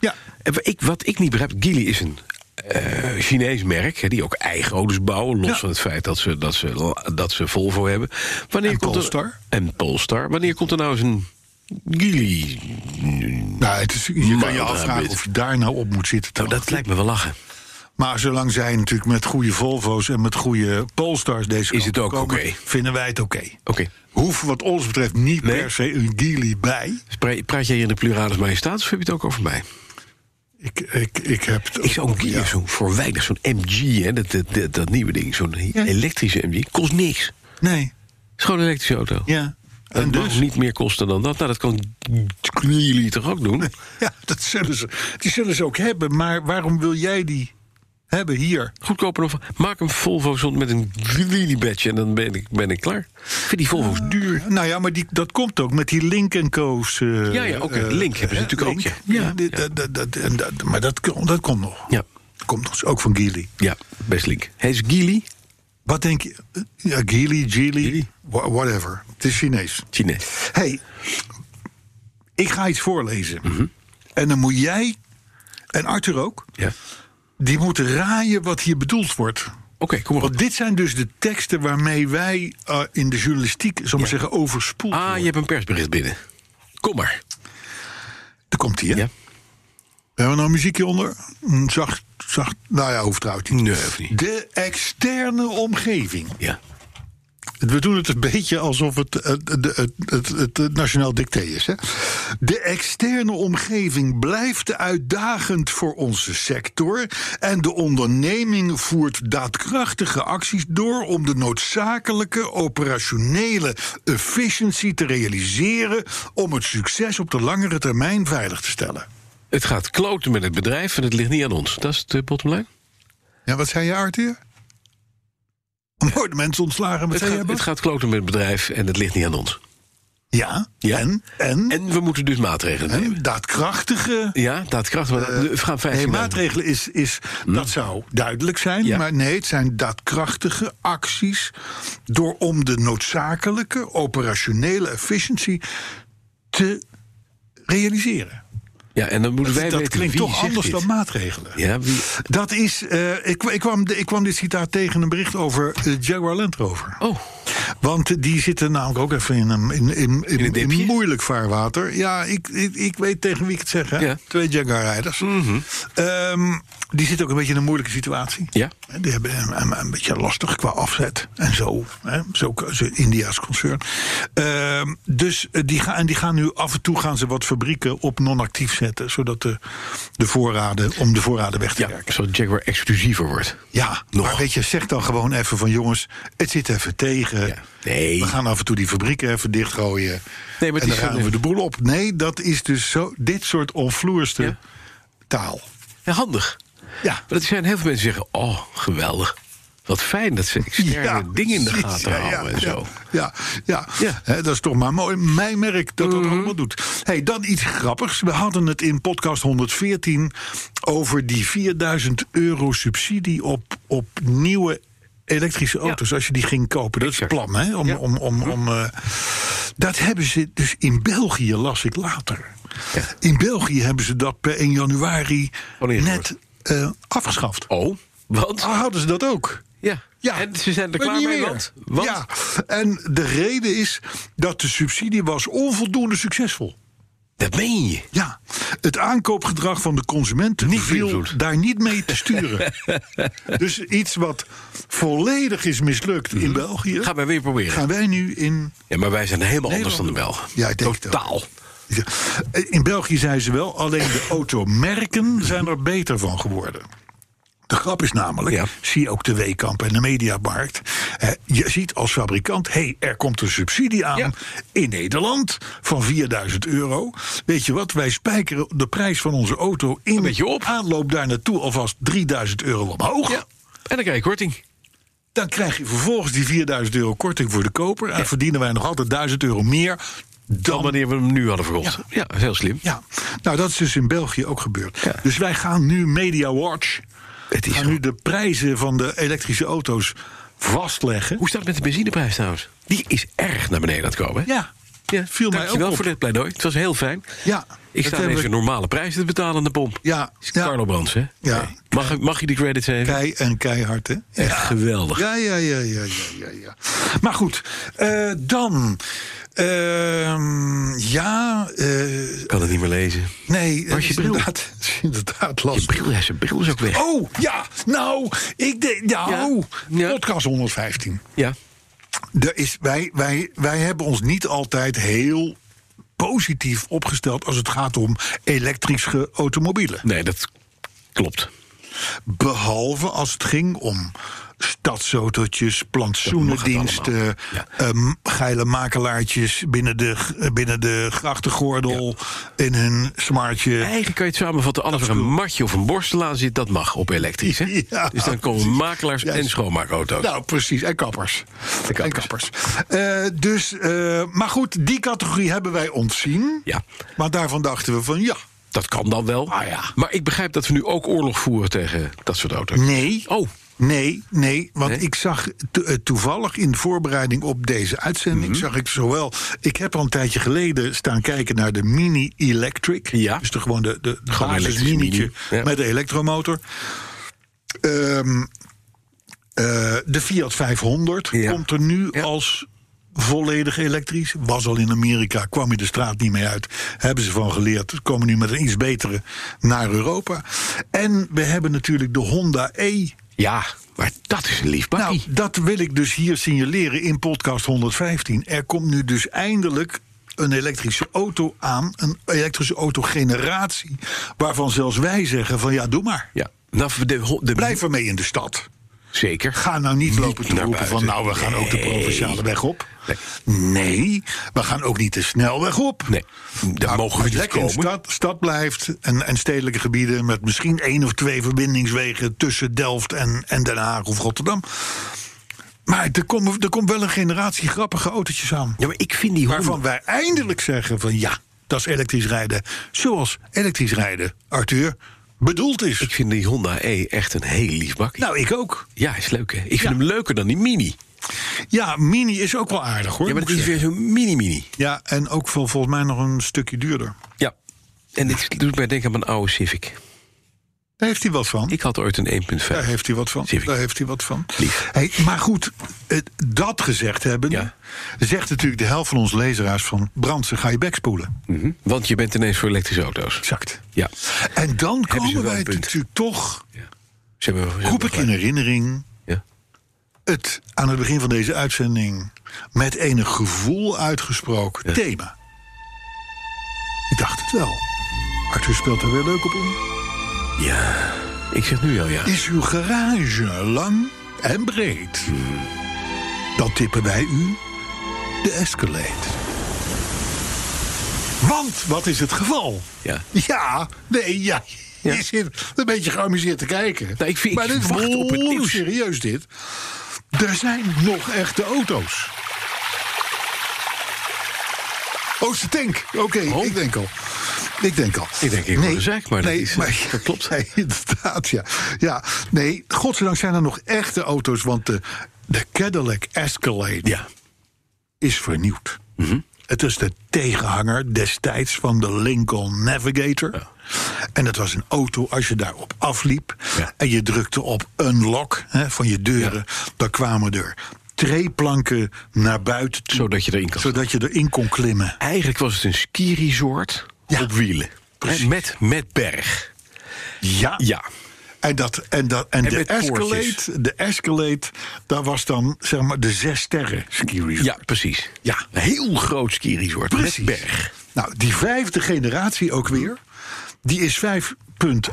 Ja. En Eh, wa- ik, wat ik niet begrijp, Geely is een eh, Chinees merk... hè, die ook eigen auto's bouwen, los Ja. van het feit dat ze, dat ze, la- dat ze Volvo hebben. Wanneer En komt er- Polestar. en Polestar. Wanneer komt er nou eens een Geely? Nou, het is, je kan Mild je afvragen hybrid. of je daar nou op moet zitten. te Nou, dat wachten. lijkt me wel lachen. Maar zolang zij natuurlijk met goede Volvo's en met goede Polestars deze Is kant het ook komen, oké? vinden wij het oké. Oké. Hoeft wat ons betreft niet Nee. per se een Geely bij. Pra- Praat jij hier in de pluralis majestatis of heb je het ook over mij? Ik, ik, ik heb het Ik zou ook ja. hier zo'n voorwijdig, zo'n MG, hè, dat, dat, dat, dat nieuwe ding, zo'n elektrische MG, kost niks. Het Nee, is gewoon een elektrische auto. ja. Dat En mag dus... niet meer kosten dan dat. Nou, dat kan Geely toch ook <laughs> doen? Ja, dat zullen ze, die zullen ze ook hebben. Maar waarom wil jij die hebben hier? Goedkoper of maak een Volvo zond met een Geely badge en dan ben ik, ben ik klaar. Ah. Ik vind die Volvo's duur. Nou ja, maar die, dat komt ook met die Link Co's. eh, Ja, ja, oké, eh, Link hebben ze eh, natuurlijk ook, ja. Ja, dit- dat- dat- dat- en dat- Maar dat, kon- dat komt nog. Ja. Dat komt nog, eens, ook van Geely. Ja, best link. Hij is Geely, Wat denk je? Ja, Geely, Geely, Geely. wha- whatever. Het is Chinees. Chinees. hey, ik ga iets voorlezen. Mhm. En dan moet jij, en Arthur ook, Ja. Oké, die moeten raaien wat hier bedoeld wordt. kom maar op. Want dit zijn dus de teksten waarmee wij eh, in de journalistiek, zullen we maar zeggen, overspoeld Ah, je worden. hebt een persbericht binnen. Kom maar. Daar komt hij, hè? Ja. Hebben we nou muziek hieronder? Mm, Zacht, zacht. Nou ja, hoeft trouwens niet. Nee, hoeft niet. De externe omgeving. Ja. We doen het een beetje alsof het het, het, het, het- het nationaal dicté is. Hè? De externe omgeving blijft uitdagend voor onze sector. En de onderneming voert daadkrachtige acties door om de noodzakelijke operationele efficiëntie te realiseren. om het succes op de langere termijn veilig te stellen. Het gaat kloten met het bedrijf en het ligt niet aan ons. Dat is de bottomline. Ja, wat zei je, Arthur? Mooi, de mensen ontslagen, wat Het zei je? gaat, het Bas? gaat kloten met het bedrijf en het ligt niet aan ons. Ja, Ja. en? En? En we moeten dus maatregelen nemen. en daadkrachtige. Ja, daadkrachtig. Maar dat- we gaan 15 Nee, dagen. maatregelen is, is dat zou duidelijk zijn. Ja. Maar nee, het zijn daadkrachtige acties door om de noodzakelijke operationele efficiëntie te realiseren. Ja, en dan moeten wij dat weten klinkt wie toch zegt anders dit. dan maatregelen. Ja, wie... Dat is, eh, ik, ik, kwam, ik kwam dit citaat tegen een bericht over eh, Jaguar Land Rover. Oh, Want eh, die zitten namelijk ook even in, een- in, in, in, een dipje? in moeilijk vaarwater. Ja, ik, ik, ik weet tegen wie ik het zeg. Hè? Ja. Mhm. Twee Jaguar-rijders. Ehm, die zitten ook een beetje in een moeilijke situatie. Ja. En Die hebben een, een- een beetje lastig qua afzet. En zo. Hè? Zo zo India's concern. Ehm, dus eh, die gaan, en die gaan nu af en toe gaan ze wat fabrieken op non-actief zetten. Zodat de, de voorraden, om de voorraden weg te ja, werken. zodat Jaguar exclusiever wordt. Ja, Nog. maar weet je, zeg dan gewoon even van jongens, het zit even tegen. Ja. Nee. We gaan af en toe die fabrieken even dichtgooien. Nee, en maar het dan is zo- ruimen we de boel op. Nee, dat is dus zo, dit soort onvloerste Ja. taal. Ja, handig. Ja. Maar er zijn heel veel mensen die zeggen... Oh, geweldig. Wat fijn dat ze externe dingen in de precies. gaten Ja, ja, houden en ja, zo. Ja, ja. Ja. Mhm. Hè, dat is toch maar mooi. Mijn merk dat dat allemaal doet. hey, dan iets grappigs. We hadden het in podcast 114 over die 4000 euro subsidie op, op nieuwe elektrische auto's. Als je die ging kopen. Dat is het Exact. Mhm. plan, hè? Om, om, om, om, eh, dat hebben ze dus in België, las ik later. Ja. In België hebben ze dat per 1 januari Wanneer net eh, afgeschaft. Oh, want... Ah, Hadden ze dat ook? Ja. en ze zijn er maar klaar niet mee, meer. want... want Ja, en de reden is dat de subsidie was onvoldoende succesvol. Dat meen je. Ja, het aankoopgedrag van de consument viel beïnvloed. daar niet mee te <laughs> sturen. dus iets wat volledig is mislukt in België, Mhm. Gaan wij weer proberen. gaan wij nu in... Ja, maar wij zijn helemaal anders dan de Nederland Belgen. doen. Ja, ik denk het ook. Totaal. In België zijn ze wel, alleen de automerken zijn er beter van geworden. De grap is namelijk, Ja. zie je ook de Weekamp en de Mediamarkt. eh, je ziet als fabrikant, hé, hey, er komt een subsidie aan Ja. in Nederland van 4000 euro. Weet je wat, wij spijkeren de prijs van onze auto in beetje op. aanloop daar naartoe alvast 3000 euro omhoog. Ja. En dan krijg je korting. Dan krijg je vervolgens die 4000 euro korting voor de koper. En verdienen wij nog altijd 1000 euro meer. dan wanneer we hem nu hadden verkocht. Ja, is heel slim. Ja, nou dat is dus in België ook gebeurd. Ja. Dus wij gaan nu Media Watch. Het is gaan goed. nu de prijzen van de elektrische auto's vastleggen. Hoe staat het met de benzineprijs trouwens? Die is erg naar beneden aan het komen. Hè? Ja, Ja, viel mij dankjewel ook op. voor dit pleidooi. Het was heel fijn. Ja, dat ik sta hebben even we- een normale prijs te betalen aan de pomp. Ja, Is ja. Carlo Brands, hè? Ja. Nee. Mag, ik- mag je de credits even? kei en keihard, hè? Echt geweldig. Ja, ja, ja, ja, ja, ja. ja. Maar goed, eh, dan. ehm, ja, eh, Ik kan het niet meer lezen. nee. Waar is het je is bril? inderdaad, <laughs> het is inderdaad Je lastig. bril, ja, zijn bril is ook weg. Oh, ja, nou, ik denk, nou, Ja. Ja. podcast 115. Ja. Er is, wij, wij, wij hebben ons niet altijd heel positief opgesteld als het gaat om elektrische automobielen. Nee, dat klopt. Behalve als het ging om stadsautootjes, plantsoenendiensten, Ja. ehm, geile makelaartjes binnen de, eh, binnen de grachtengordel in hun smartje. Eigenlijk kan je het samenvatten. Alles waar een matje of een borstelaar zit, dat mag op elektrisch. Hè? <laughs> Ja, dus dan komen makelaars Ja, en is- schoonmaakauto's. Nou, precies. En kappers. En kappers. kappers. Eh, dus, eh, maar goed, die categorie hebben wij ontzien. Ja. Maar daarvan dachten we van ja. Dat kan dan wel. Ah, ja. Maar ik begrijp dat we nu ook oorlog voeren tegen dat soort auto's. Nee. Oh, Nee, nee, want Nee? ik zag to- eh, toevallig in de voorbereiding op deze uitzending... Mhm. zag ik zowel... Ik heb al een tijdje geleden staan kijken naar de Mini Electric. Ja. Dus de, gewoon de, de Gewoon een basis elektrische minietje Mini, ja. met de elektromotor. Ehm, eh, de Fiat 500 Ja. komt er nu Ja. als volledig elektrisch. Was al in Amerika, kwam je de straat niet mee uit. Hebben ze van geleerd. Ze komen nu met een iets betere naar Europa. En we hebben natuurlijk de Honda E... ja, maar dat is een lief Nou, bakkie. dat wil ik dus hier signaleren in podcast 115. Er komt nu dus eindelijk een elektrische auto aan, een elektrische autogeneratie, waarvan zelfs wij zeggen van ja, doe maar. ja. Nou, de, ho- de, Blijf ermee in de stad. Zeker. Ga nou niet lopen te naar roepen van buiten. nou, we gaan ook de provinciale weg op. Nee. Nee, we gaan ook niet de snelweg op. Nee, daar mogen we niet Lekker in de dus komen. stad, stad blijft en, en stedelijke gebieden met misschien één of twee verbindingswegen tussen Delft en, en Den Haag of Rotterdam. Maar er komt er komt wel een generatie grappige autootjes aan. Ja, maar ik vind die Honda... Waarvan wij eindelijk zeggen van ja, dat is elektrisch rijden. Zoals elektrisch rijden, Arthur, bedoeld is. Ik vind die Honda E echt een heel lief bakkie. nou, ik ook. ja, is leuk hè. Ik vind hem leuker dan die Mini. Ja, Mini is ook wel aardig hoor. Ja, maar moet het ik is zeggen. weer zo'n Mini-Mini. Ja, en ook vol, volgens mij nog een stukje duurder. Ja. En dit doet mij denken aan mijn oude Civic. Daar heeft hij wat van. Ik had ooit een 1.5. Daar heeft hij wat van. Civic. Daar heeft hij wat van. Lief. Hey, maar goed, het- dat gezegd hebben, Ja. zegt natuurlijk de helft van ons lezeraars van Brandsen, ga je bek spoelen. Mhm. Want je bent ineens voor elektrische auto's. Exact. Ja. En dan ze komen wel wij een punt. natuurlijk toch, Ze hebben, ze roep hebben ik in herinnering, Ja. het aan het begin van deze uitzending met enig gevoel uitgesproken Ja. thema. Ik dacht het wel. Arthur speelt er weer leuk op in. ja. Ik zeg nu al ja. Is uw garage lang en breed? Dan tippen wij u de Escalade. Want wat is het geval? Ja. Ja, nee, ja. eh, Ja. Je zit een beetje geamuseerd te kijken. Nou, ik vind- maar ik dit wacht op het nieuws. serieus dit. Er zijn nog echte auto's. Oostertank. Oké, Oh. ik denk al. Ik denk al. Ik denk, ik word een zeik, maar dat is, eh, <laughs> dat klopt. Nee, inderdaad, ja. ja. Nee, godzijdank zijn er nog echte auto's. Want de, de Cadillac Escalade Ja. is vernieuwd. Mhm. Het is de tegenhanger destijds van de Lincoln Navigator. En dat was een auto, als je daarop afliep... Ja. en je drukte op unlock hè, van je deuren... dan kwamen er treeplanken naar buiten toe... Zodat je erin kan staan. zodat je erin kon klimmen. Eigenlijk was het een ski-resort Ja. op wielen. Precies. En Met, met berg. Ja. Ja. En, dat, en, dat, en, de, met poortjes. Escalade, de Escalade, daar was dan zeg maar de zes sterren ski resort. Ja, precies. Ja. Een heel groot ski-resort. Precies. Met berg. Nou, die vijfde generatie ook weer. Die is 5,38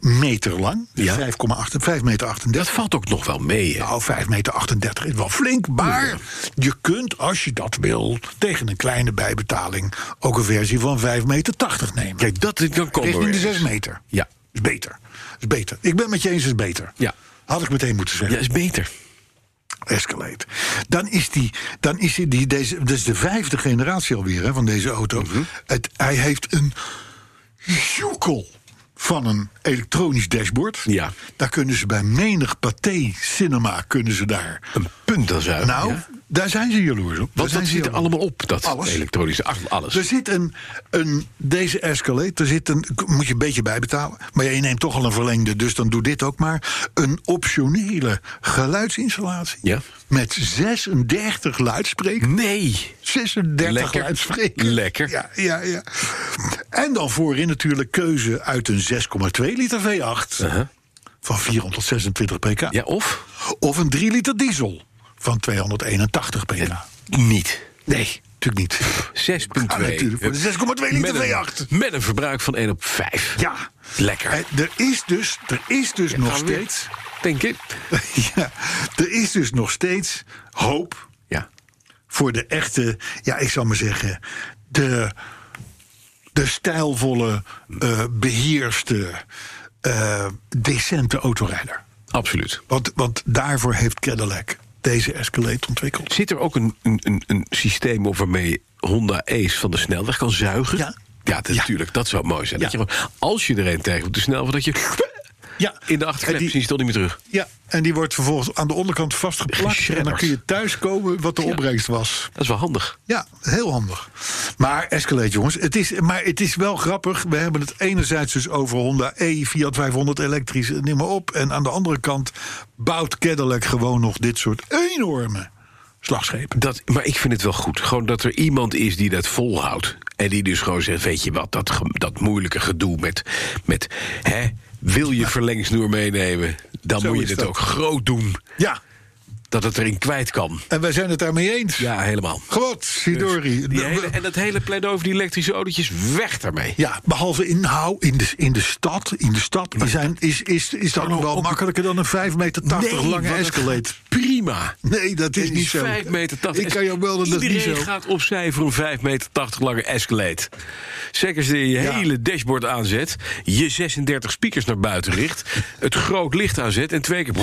meter lang. Ja. 5,8 5 meter 38. Dat valt ook nog wel mee. Hè? Nou, 5,38 meter is wel flink. Maar je kunt, als je dat wil, tegen een kleine bijbetaling... ook een versie van 5,80 meter nemen. Kijk, dat dan komen we Richting de ergens. 6 meter. Ja. Is beter. Is beter. Ik ben met je eens, is beter. Ja. Had ik meteen moeten zeggen. Ja, is beter. Escalade. Dan is die, dan is die, die deze, dat is de vijfde generatie alweer hè, van deze auto. Mhm. het, hij heeft een joekel van een elektronisch dashboard. Ja. Daar kunnen ze bij menig Pathé Cinema kunnen ze daar. Een punt als uit. nou, daar zijn ze jaloers op. Daar Wat zijn dat ze zit er jaloers allemaal op, dat Alles. Dus- elektronische... Ach, alles. er zit een, een deze Escalade, er zit een, moet je een beetje bijbetalen. Maar je neemt toch al een verlengde, dus dan doe dit ook maar. Een optionele geluidsinstallatie. Ja. Met 36 luidsprekers. nee. 36 Lekker. luidsprekers. Lekker. Ja, ja, ja. En dan voorin natuurlijk keuze uit een 6,2 liter V8. Van 426 pk. Uh-huh. Ja, of? Of een 3 liter diesel van 281 pk. Eh, Niet. Nee, natuurlijk niet. 6,2. Ah, natuurlijk, voor de 6,2 liter Met een- V8. Met een verbruik van 1 op 5. Ja. Lekker. Eh, Er is dus, er is dus nog Gaan we weer. steeds. <laughs> Denk ik. ja, er is dus nog steeds hoop Ja. voor de echte, ja, ik zal maar zeggen, de, de stijlvolle, eh, beheerste, eh, decente autorijder. Absoluut. Want, want daarvoor heeft Cadillac deze Escalade ontwikkeld. Zit er ook een, een, een, een systeem op waarmee Honda Ace van de snelweg kan zuigen? Ja. Ja, Ja. dat, natuurlijk. Dat zou mooi zijn. Ja. Dat je gewoon, als je er een tegen op de snelweg, dat je Ja, in de En achterklep die- zie je het al niet meer terug. Ja, en die wordt vervolgens aan de onderkant vastgeplakt. En dan Geschredderd. kun je thuiskomen wat de opbrengst was. Dat is wel handig. Ja, heel handig. Maar Escalade, jongens. Het is, maar het is wel grappig. We hebben het enerzijds dus over Honda E, Fiat 500 elektrisch, eh, neem maar op. En aan de andere kant bouwt Cadillac gewoon nog dit soort enorme slagschepen. Dat, maar ik vind het wel goed. Gewoon dat er iemand is die dat volhoudt. En die dus gewoon zegt, weet je wat, dat, ge- dat moeilijke gedoe met... met hè, wil je verlengsnoer meenemen, dan Zo moet je is het dat. ook groot doen. Ja, Dat het erin kwijt kan. en wij zijn het daarmee eens. Ja, helemaal. God, Sidori. Die hele, en dat hele pleidooi over die elektrische autootjes, weg daarmee. Ja, behalve inhoud in de, in de stad. In de stad die zijn, is, is, is dat nog wel ook- makkelijker dan een 5,80 meter lange want het Escalade. gaat Prima. Nee, dat is Het niet is zo. 5 meter 80. Ik kan jou melden, dat is Iedereen niet zo. gaat opzij voor een 5 meter 80 lange Escalade. Zeker als je je Ja. hele dashboard aanzet, je 36 speakers naar buiten <laughs> richt, het groot licht aanzet en twee keer <laughs>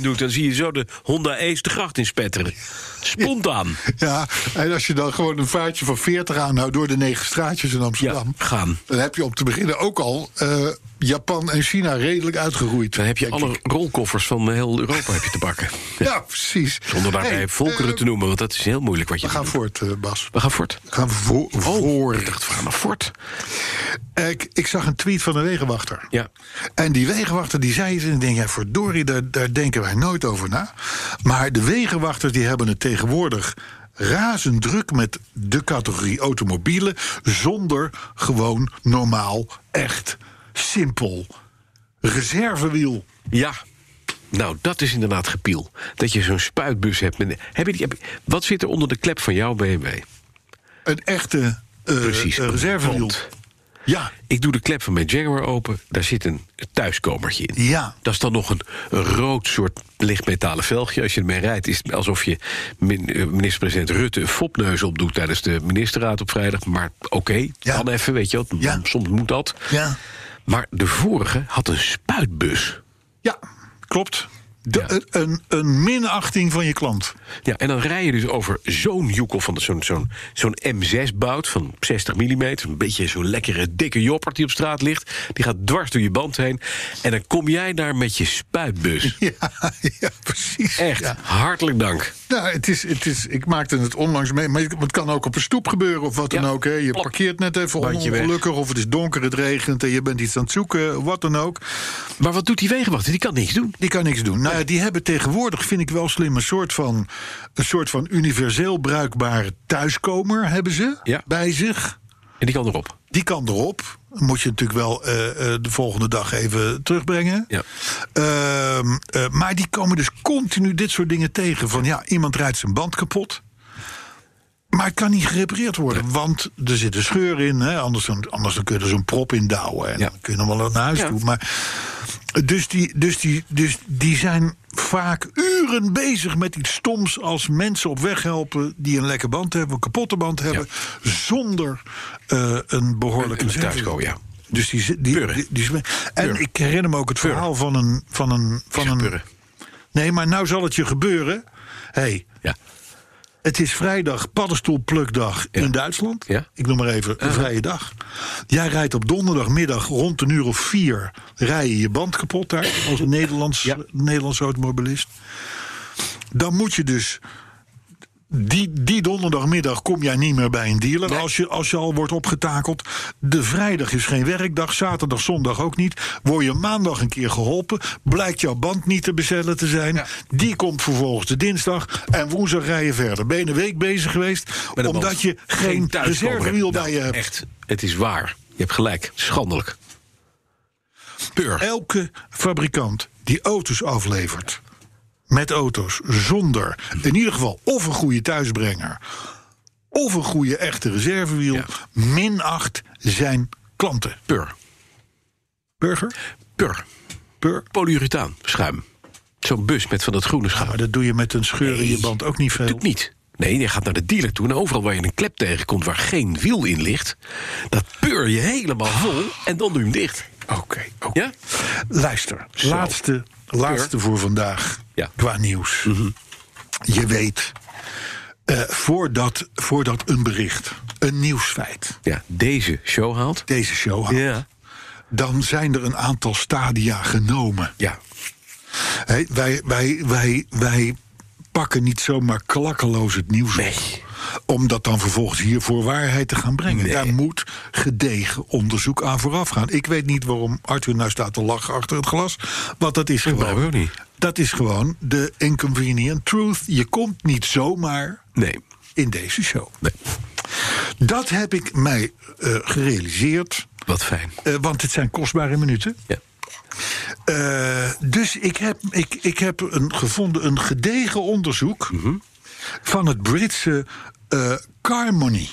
doet, dan zie je zo de Honda Ace de gracht inspetteren. Spontaan. <laughs> Ja, en als je dan gewoon een vaartje van 40 aanhoudt door de negen straatjes in Amsterdam. Ja, gaan. Dan heb je om te beginnen ook al eh, Japan en China redelijk uitgeroeid. Dan heb je denk alle ik. rolkoffers van heel Europa heb je te pakken. Ja, precies. Zonder daarbij Hey, volkeren eh, te noemen, want dat is heel moeilijk wat je We gaan doet. voort, eh, Bas. We gaan voort. We gaan vo- voort. Oh, Ik dacht, we gaan naar voort. Eh, Ik, ik zag een tweet van een wegenwachter. Ja. En die wegenwachter die zei iets en ik denk, ja, verdorie, daar, daar denken wij nooit over na. Maar de wegenwachters die hebben het tegenwoordig razend druk met de categorie automobielen... zonder gewoon normaal, echt, simpel reservewiel. Ja. Nou, dat is inderdaad gepiel. Dat je zo'n spuitbus hebt. Met, heb je die, heb je- wat zit er onder de klep van jouw Eh, BMW? Een echte eh, Precies, eh, een reservewiel. band. Ja, Ik doe de klep van mijn Jaguar open. Daar zit een thuiskomertje in. Ja. Dat is dan nog een, een rood soort lichtmetalen velgje. Als je ermee rijdt, is het alsof je min- eh, minister-president Rutte een fopneus opdoet tijdens de ministerraad op vrijdag. Maar oké, Ja. dan even, weet je wel. Ja. Soms moet dat. Ja. Maar de vorige had een spuitbus. ja klopt. De- Ja. een- Een, een minachting van je klant. <laughs> Ja, en dan rij je dus over zo'n joekel van zo'n zo'n zo'n M6-bout van 60 mm. Een beetje zo'n lekkere, dikke joppert die op straat ligt. Die gaat dwars door je band heen. En dan kom jij daar met je spuitbus. Ja, ja precies. Echt, Ja. hartelijk dank. Nou, het is, het is, ik maakte het onlangs mee, maar het kan ook op een stoep gebeuren of wat Ja. dan ook. Hè. Je Plop. parkeert net even Bandje weg. ongelukkig of het is donker, het regent en je bent iets aan het zoeken, wat dan ook. Maar wat doet die wegenwachter? Die kan niks doen. Die kan niks doen. Nou, ja, die hebben tegenwoordig, vind ik wel slim, een soort van, een soort van universeel bruikbare thuiskomer hebben ze Ja. bij zich. En die kan erop. Die kan erop. Moet je natuurlijk wel eh, eh, de volgende dag even terugbrengen. Ja. Ehm, eh, maar die komen dus continu dit soort dingen tegen. Van ja, iemand rijdt zijn band kapot. Maar het kan niet gerepareerd worden. Want er zit een scheur in. Hè? Anders, dan, anders dan kun je er zo'n prop in douwen. En Ja. dan kun je nog wel naar huis Ja. toe. Maar, dus, die, dus, die, dus die zijn vaak uren bezig met iets stoms. Als mensen op weg helpen die een lekke band hebben. Een kapotte band hebben. Zonder eh, een behoorlijke Een- een reserve. thuiskomen, ja. Dus die, die, die, Purren. die- die- en ik herinner me ook het verhaal van een, van een, van Zeg, een purren. Nee, maar nou zal het je gebeuren. hey, Ja. het is vrijdag paddenstoelplukdag in Duitsland. Ja. Ah. Ik noem maar even een vrije dag. Jij rijdt op donderdagmiddag rond een uur of vier... rij je je band kapot daar <laughs> als een Nederlands, Nederlands automobilist. Dan moet je dus... Die, die donderdagmiddag kom jij niet meer bij een dealer als, je, als je al wordt opgetakeld. De vrijdag is geen werkdag, zaterdag, zondag ook niet. Word je maandag een keer geholpen, blijkt jouw band niet te bezellen te zijn. Die komt vervolgens de dinsdag en woensdag rij je verder. Ben je een week bezig geweest Met een omdat band. je geen, thuiskomer reservewiel hebt. bij je Nou, hebt. Echt, het is waar. Je hebt gelijk. Schandelijk. Peur. Elke fabrikant die auto's aflevert met auto's zonder in ieder geval of een goede thuisbrenger of een goede echte reservewiel, Ja. minacht zijn klanten. Pur. Burger? Pur. Pur? Polyurethaan. Schuim. Zo'n bus met van dat groene schuim. Maar Nou, dat doe je met een scheur in je band ook niet veel. Natuurlijk niet. Nee, je gaat naar de dealer toe en overal waar je een klep tegenkomt waar geen wiel in ligt, dat peur je helemaal vol en dan doe je hem dicht. Oké. oké. Ja? Luister, laatste, laatste voor vandaag Ja. Mhm. qua nieuws. Je weet, eh, voordat, voordat een bericht, een nieuwsfeit, Ja, deze show haalt. deze show haalt, Ja. dan zijn er een aantal stadia genomen. Ja. Hé, wij, wij, wij, wij pakken niet zomaar klakkeloos het nieuws Nee. op. Om dat dan vervolgens hier voor waarheid te gaan brengen. Daar moet gedegen onderzoek aan vooraf gaan. Ik weet niet waarom Arthur nou staat te lachen achter het glas. Want dat is begrijp gewoon. het ook niet. Dat is gewoon de inconvenient truth. Je komt niet zomaar Nee. in deze show. nee. Dat heb ik mij eh, gerealiseerd. Wat fijn. eh, want het zijn kostbare minuten. Ja. Eh, dus ik heb, ik, ik heb een, gevonden een gedegen onderzoek Mhm. van het Britse eh Carmony.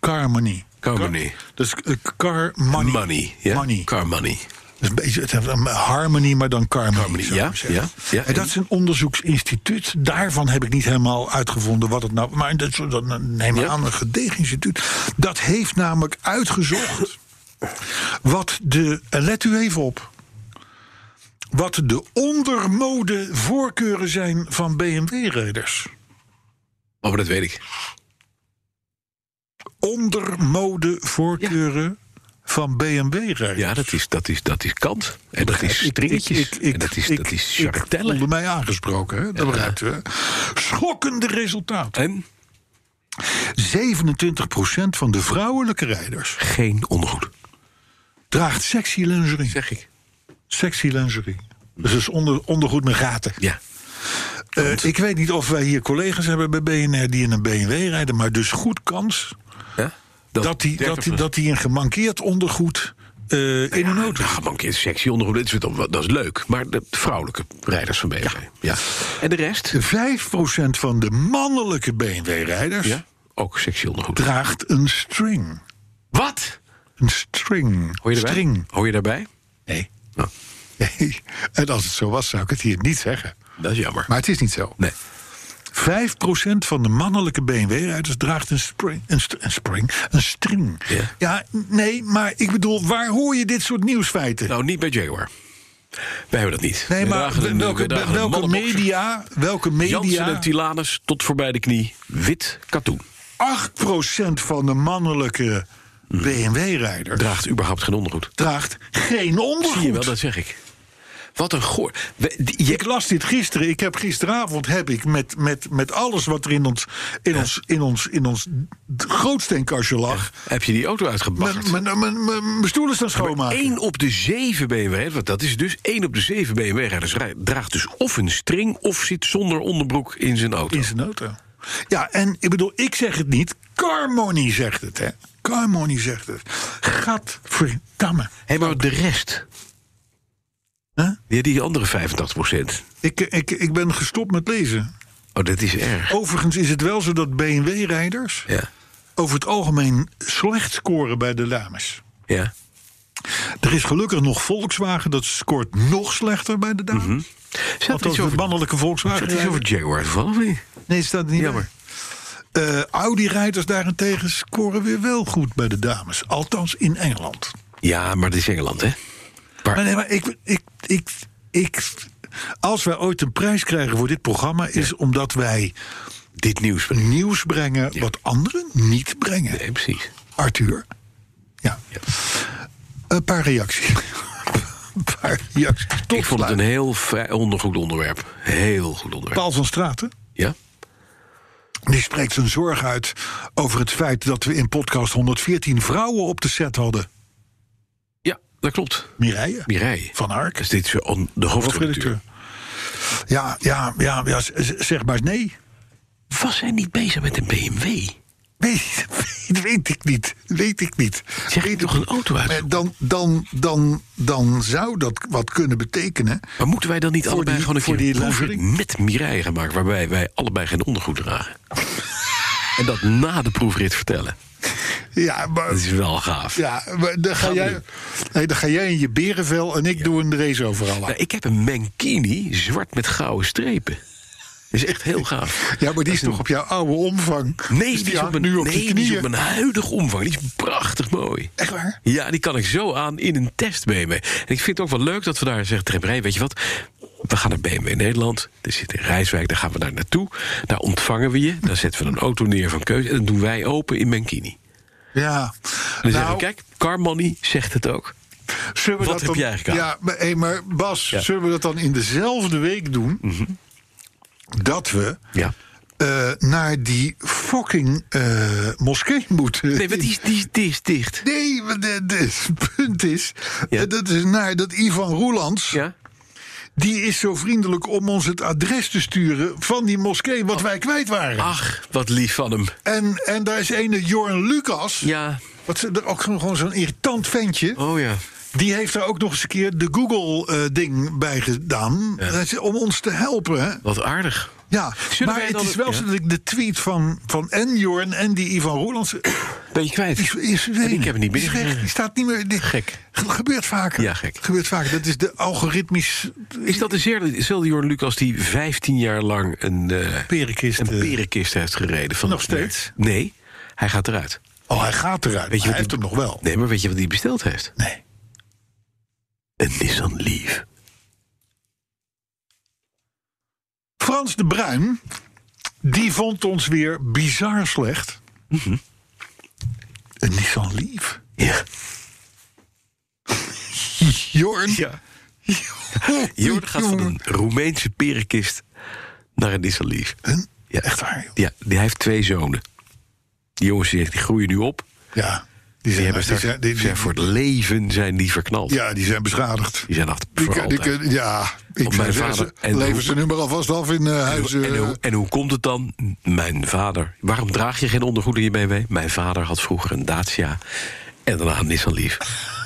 Carmony. Carmony. Car- Dat is eh, Car Money. Money. Ja? Money. Car money. Dat is een beetje, het heeft een harmony, maar dan Carmony. zou ik ja, maar zeggen. ja, ja. En dat is een onderzoeksinstituut. Daarvan heb ik niet helemaal uitgevonden wat het nou... Maar dat, is- dat neem maar Ja. aan, een gedegen instituut. Dat heeft namelijk uitgezocht wat de... En let u even op. Wat de ondermode voorkeuren zijn van BMW-rijders. Oh, maar dat weet ik. Ondermode voorkeuren van BMW-rijders. Ja, dat is, dat is, dat is kant. En dat Begrijp is ik. stringetjes. Ik- ik- en dat is, ik- dat is ik chartellen. voelde mij aangesproken, hè? dat Ja. begrijpt u. hè? Schokkende resultaat. En 27% van de vrouwelijke rijders geen ondergoed, draagt sexy lingerie. zeg ik. Sexy lingerie. Dus dat is onder, ondergoed met gaten. Ja. Eh, ik weet niet of wij hier collega's hebben bij BNR die in een BMW rijden, maar dus goed kans ja? dat die, dat die, dat die een gemankeerd ondergoed eh, in hun auto. Nou, gewoon een sexy ondergoed, dat is, wel- dat is leuk. Maar de vrouwelijke rijders van BMW. Ja. En de rest? 5% van de mannelijke BMW-rijders Ja. Ook sexy ondergoed. draagt een string. Wat? Een string. Hoor je erbij? String. <laughs> Hoor je daarbij? Nee. Nou, nee. En als het zo was, zou ik het hier niet zeggen. dat is jammer. Maar het is niet zo. nee. 5% van de mannelijke BMW-rijders draagt een spring. Een, st- een spring. Een string. Ja. n- nee, maar ik bedoel, waar hoor je dit soort nieuwsfeiten? Nou, niet bij Jaguar. Wij hebben dat niet. nee, Wij maar dragen een- wij welke, dragen een welke mannenboxer. media. Welke Jansen media. en Tilanus tot voorbij de knie. Wit katoen. 8% van de mannelijke BMW-rijder Hmm. Draagt überhaupt geen ondergoed. draagt geen ondergoed. Zie je wel, dat zeg ik. Wat een goor. We- die- je- Ik las dit gisteren. Ik heb gisteravond heb ik met, met, met alles wat er in ons, in ons, in ons, in ons grootsteenkastje lag. heb je die auto Mijn- uitgebaggerd? Mijn mijn- mijn- mijn stoel is aan schoonmaken. 1 op de 7 BMW, want dat is dus 1 op de 7 BMW-rijders rij- draagt dus of een string of zit zonder onderbroek in zijn auto. In zijn auto. Ja, en ik bedoel, ik zeg het niet. Carmony zegt het, hè. Carmony zegt het. Gadverdamme. Hé, maar de rest, hè? ja, die andere 85 Ik, ik, ik ben gestopt met lezen. Oh, dat is erg. Overigens is het wel zo dat BMW-rijders... Ja. over het algemeen slecht scoren bij de dames. Ja. Er is gelukkig nog Volkswagen, dat scoort nog slechter bij de dames. Staat er Althans, Mhm. iets de over, mannelijke Volkswagen. staat er iets over Jaguar van, of niet? Nee, het staat er niet Jammer. bij. Eh, Audi-rijders daarentegen scoren weer wel goed bij de dames. Althans in Engeland. Ja, maar dat is Engeland, hè? Maar nee, maar ik, ik, ik, ik, als wij ooit een prijs krijgen voor dit programma, is omdat wij Dit nieuws. nieuws brengen wat anderen niet brengen. Nee, precies. Arthur. Ja. Een paar reacties. <laughs> een paar reacties. Tot ik vond het sluit. een heel vrij onder goed onderwerp. Heel goed onderwerp. Paul van Straten. Ja? Die spreekt zijn zorg uit over het feit dat we in podcast 114 vrouwen op de set hadden. Ja, dat klopt. Mireille. Mireille. Van Ark. Dat is dit zo on- de hoofdredacteur. Hoofdredacteur. Ja, ja, ja, ja, z- z- zeg maar eens nee. Was hij niet bezig met een BMW? Weet, weet, <laughs> weet ik niet. Weet ik niet. Zeg je Weet toch ik een auto uit? niet. Maar Dan, dan, dan, dan zou dat wat kunnen betekenen. Maar moeten wij dan niet allebei die- gewoon een voor keer die een proefje levering? met Mireille gaan maken... waarbij wij allebei geen ondergoed <laughs> dragen? en dat na de proefrit vertellen. Ja, maar, Dat is wel gaaf. ja, maar dan, ga Gaan we jij, doen. nee, dan ga jij in je berenvel en ik doe een race overal. Nou, ik heb een mankini, zwart met gouden strepen. Dat is echt heel gaaf. Ja, maar Dat die is toch een- op jouw oude omvang? Nee, Dus die, is op hangt mijn, nu op nee, je die is knieën. op mijn huidige omvang. Die is prachtig mooi. Echt waar? Ja, die kan ik zo aan in een test BMW. En ik vind het ook wel leuk dat we daar zeggen tegen Breij, weet je wat? We gaan naar BMW Nederland. Er zit in Rijswijk, daar gaan we daar naartoe. Daar ontvangen we je. Daar zetten we een auto neer van keuze. En dan doen wij open in Mankini. Ja. Nou, En dan zeggen we, kijk, Car Money zegt het ook. zullen we wat dat heb dan- jij gedaan? Ja, maar, hey, maar Bas, Ja. Mhm. zullen we dat dan in dezelfde week doen? Dat we Ja. eh, naar die fucking eh, moskee moeten. Nee, want die, is- die, is- die is dicht. <laughs> Nee, want de- de- het punt is, Ja. eh, dat is naar dat Ivan Roelands, Ja? die is zo vriendelijk om ons het adres te sturen van die moskee Oh. wat wij kwijt waren. Ach, wat lief van hem. En, en daar is ene Jorn Lucas, Ja. wat ze- ook gewoon gewoon zo'n irritant ventje. Oh ja. Die heeft daar ook nog eens een keer de Google-ding bij gedaan. Ja. Dat is Om ons te helpen. Hè? Wat aardig. Ja, Zullen maar wij het dan- is wel ja. zo dat ik de tweet van, van en Jorn en die Ivan Roelands... eh, Ben je kwijt? Is, is En ik heb het niet Is weg. binnen. Die staat niet meer... die- Gek. Ge- Gebeurt vaker. Ja, gek. Gebeurt vaker. Dat is de algoritmisch... eh, Is dat dezelfde dezelfde Jorn Lucas die 15 jaar lang een, eh, Perenkist, een eh, perenkist heeft gereden? Van Nog het merk? steeds? Nee, hij gaat eruit. Oh, hij gaat eruit. maar Weet je wat hij heeft hem nog wel. Nee, maar weet je wat hij besteld heeft? Nee. Een Nissan Leaf. Frans de Bruin, die vond ons weer bizar slecht. Mhm. Een Nissan Leaf. Ja. Jorn. ja. <laughs> Jorn gaat van een Roemeense perenkist naar een Nissan Leaf. Huh? Ja. Echt waar, joh. Ja, die heeft twee zonen. Die jongens die die groeien nu op. Ja, die Die, zijn, hebben die straks, zijn- die- die- zijn voor het leven zijn die verknald. ja, die zijn beschadigd. Die zijn achter Die voor kun- die altijd. kun- ja, ik mijn zou zeggen, vader ze en leven hoe- ze nummer alvast af in eh huizen. En <laughs> hoe, en hoe komt het dan? Mijn vader. Waarom draag je geen ondergoed in je BMW? Mijn vader had vroeger een Dacia en daarna een Nissan Leaf.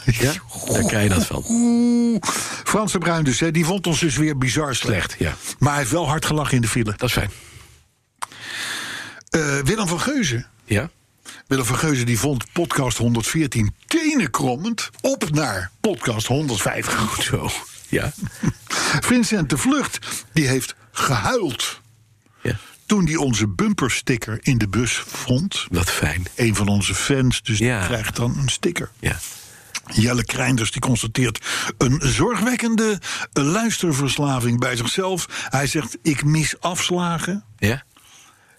Ja? Daar krijg je dat van. Oeh, Frans de Bruin dus, hè, die vond ons dus weer bizar slecht. Slecht, ja. Maar hij heeft wel hard gelachen in de file. Dat is fijn. Eh, Willem van Geuzen. Ja? Willem van Geuzen die vond podcast 114 tenenkrommend op naar podcast 150. Goed zo. Ja? Vincent de Vlucht die heeft gehuild ja. toen hij onze bumpersticker in de bus vond. Wat fijn. Een van onze fans, dus Ja. die krijgt dan een sticker. Ja. Jelle Kreinders die constateert een zorgwekkende luisterverslaving bij zichzelf. Hij zegt: Ik mis afslagen. Ja?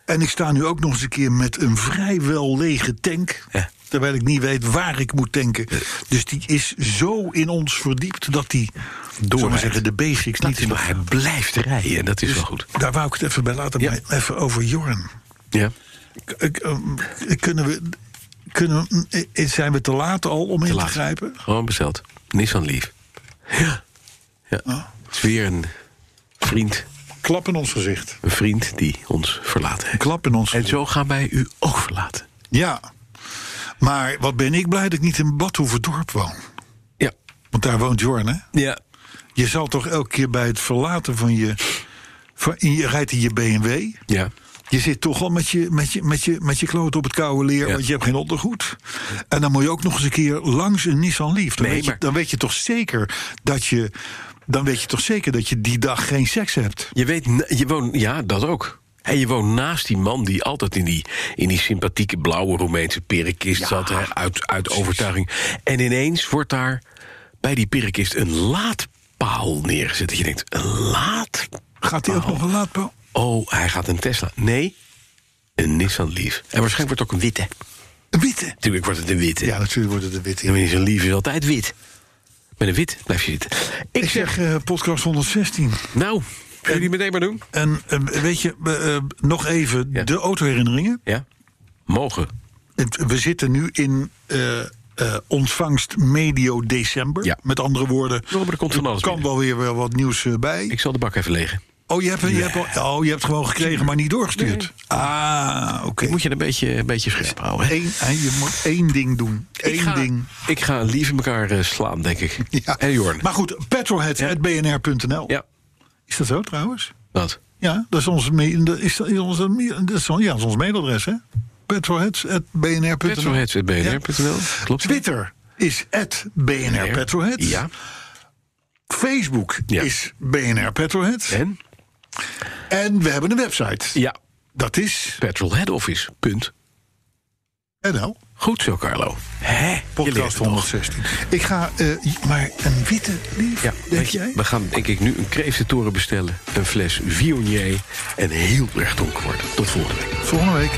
En ik sta nu ook nog eens een keer met een vrijwel lege tank. Ja. Terwijl ik niet weet waar ik moet tanken. Dus die is zo in ons verdiept dat die. Door Doorrijdt. zeggen, de basics Dat niet is, in Dus Dus maar hij blijft rijden en dat is wel goed. Daar wou ik het even bij laten. Ja. maar Even over Jorn. Ja? K- k- ehm, Kunnen we. Kunnen we, eh, zijn we te laat al om in te grijpen? Gewoon besteld. Nissan Leaf. Ja. ja. Het is weer een vriend, Klap in ons gezicht. een vriend die ons verlaten heeft. Klap in ons En zo gaan wij u ook verlaten. Ja. Maar wat ben ik blij dat ik niet in Badhoevedorp woon. Ja. Want daar woont Jorn, hè? Ja. Je zal toch elke keer bij het verlaten van je... Van, in je rijdt in je BMW. Ja. Je zit toch al met je, met je, met je, met je kloot op het koude leer, Ja. want je hebt geen ondergoed. En dan moet je ook nog eens een keer langs een Nissan Leaf. Dan, Nee, weet, maar- je, dan weet je toch zeker dat je... Dan weet je toch zeker dat je die dag geen seks hebt. Je weet, na- je woont, ja, dat ook. En je woont naast die man die altijd in die, in die sympathieke blauwe Roemeense perenkist zat, hè, uit, uit overtuiging. En ineens wordt daar bij die perenkist een laadpaal paal neergezet. Dat je denkt, een laad? Gaat hij ook nog een laadpaal? Oh, hij gaat een Tesla. Nee, een Nissan Leaf. En waarschijnlijk wordt het ook een witte. Een witte. Natuurlijk wordt het een witte. Ja, natuurlijk wordt het een witte. En een Nissan Leaf is altijd wit. Met een wit blijf je zitten. Ik, Ik zeg, zeg eh, podcast 116. nou, kunnen jullie meteen maar doen? En eh, weet je, eh, eh, nog even Ja. de autoherinneringen. Ja, mogen. Het- We zitten nu in eh, eh, ontvangst medio december. Ja. Met andere woorden, Ja, maar er komt van alles kan binnen. wel weer wel wat nieuws eh, bij. Ik zal de bak even legen. Oh, je hebt, je hebt al- oh, je hebt gewoon gekregen, maar niet doorgestuurd. Ah, oké. Moet je een beetje, een beetje scherp houden. hè? Eén- eh, je moet één ding doen. Eén ik ga, ding. Ik ga lief in elkaar eh, slaan, denk ik. Ja. Hé, Jorn. Maar goed, petrolhead.bnr.nl. Ja, Is dat zo trouwens? dat. Ja, dat is ons, me- dat is, dat is onze me- dat is, ja, dat is ons mailadres, hè? petrolheads.bnr.nl Petrolheads.bnr.nl. Klopt. Twitter is BNR Petrolheads. Ja. Facebook Ja. is BNR Petrolheads. En? En? we hebben een website. Ja. Dat is Petrolheadoffice. NL. Goed zo, Carlo. Hè? Je leert Podcast het nog. 116. Ik ga eh, j- maar een witte lief, Ja, denk weet je, jij? we gaan denk ik nu een kreeftentoren bestellen, een fles Viognier en heel erg donker worden. Tot volgende week. Volgende week.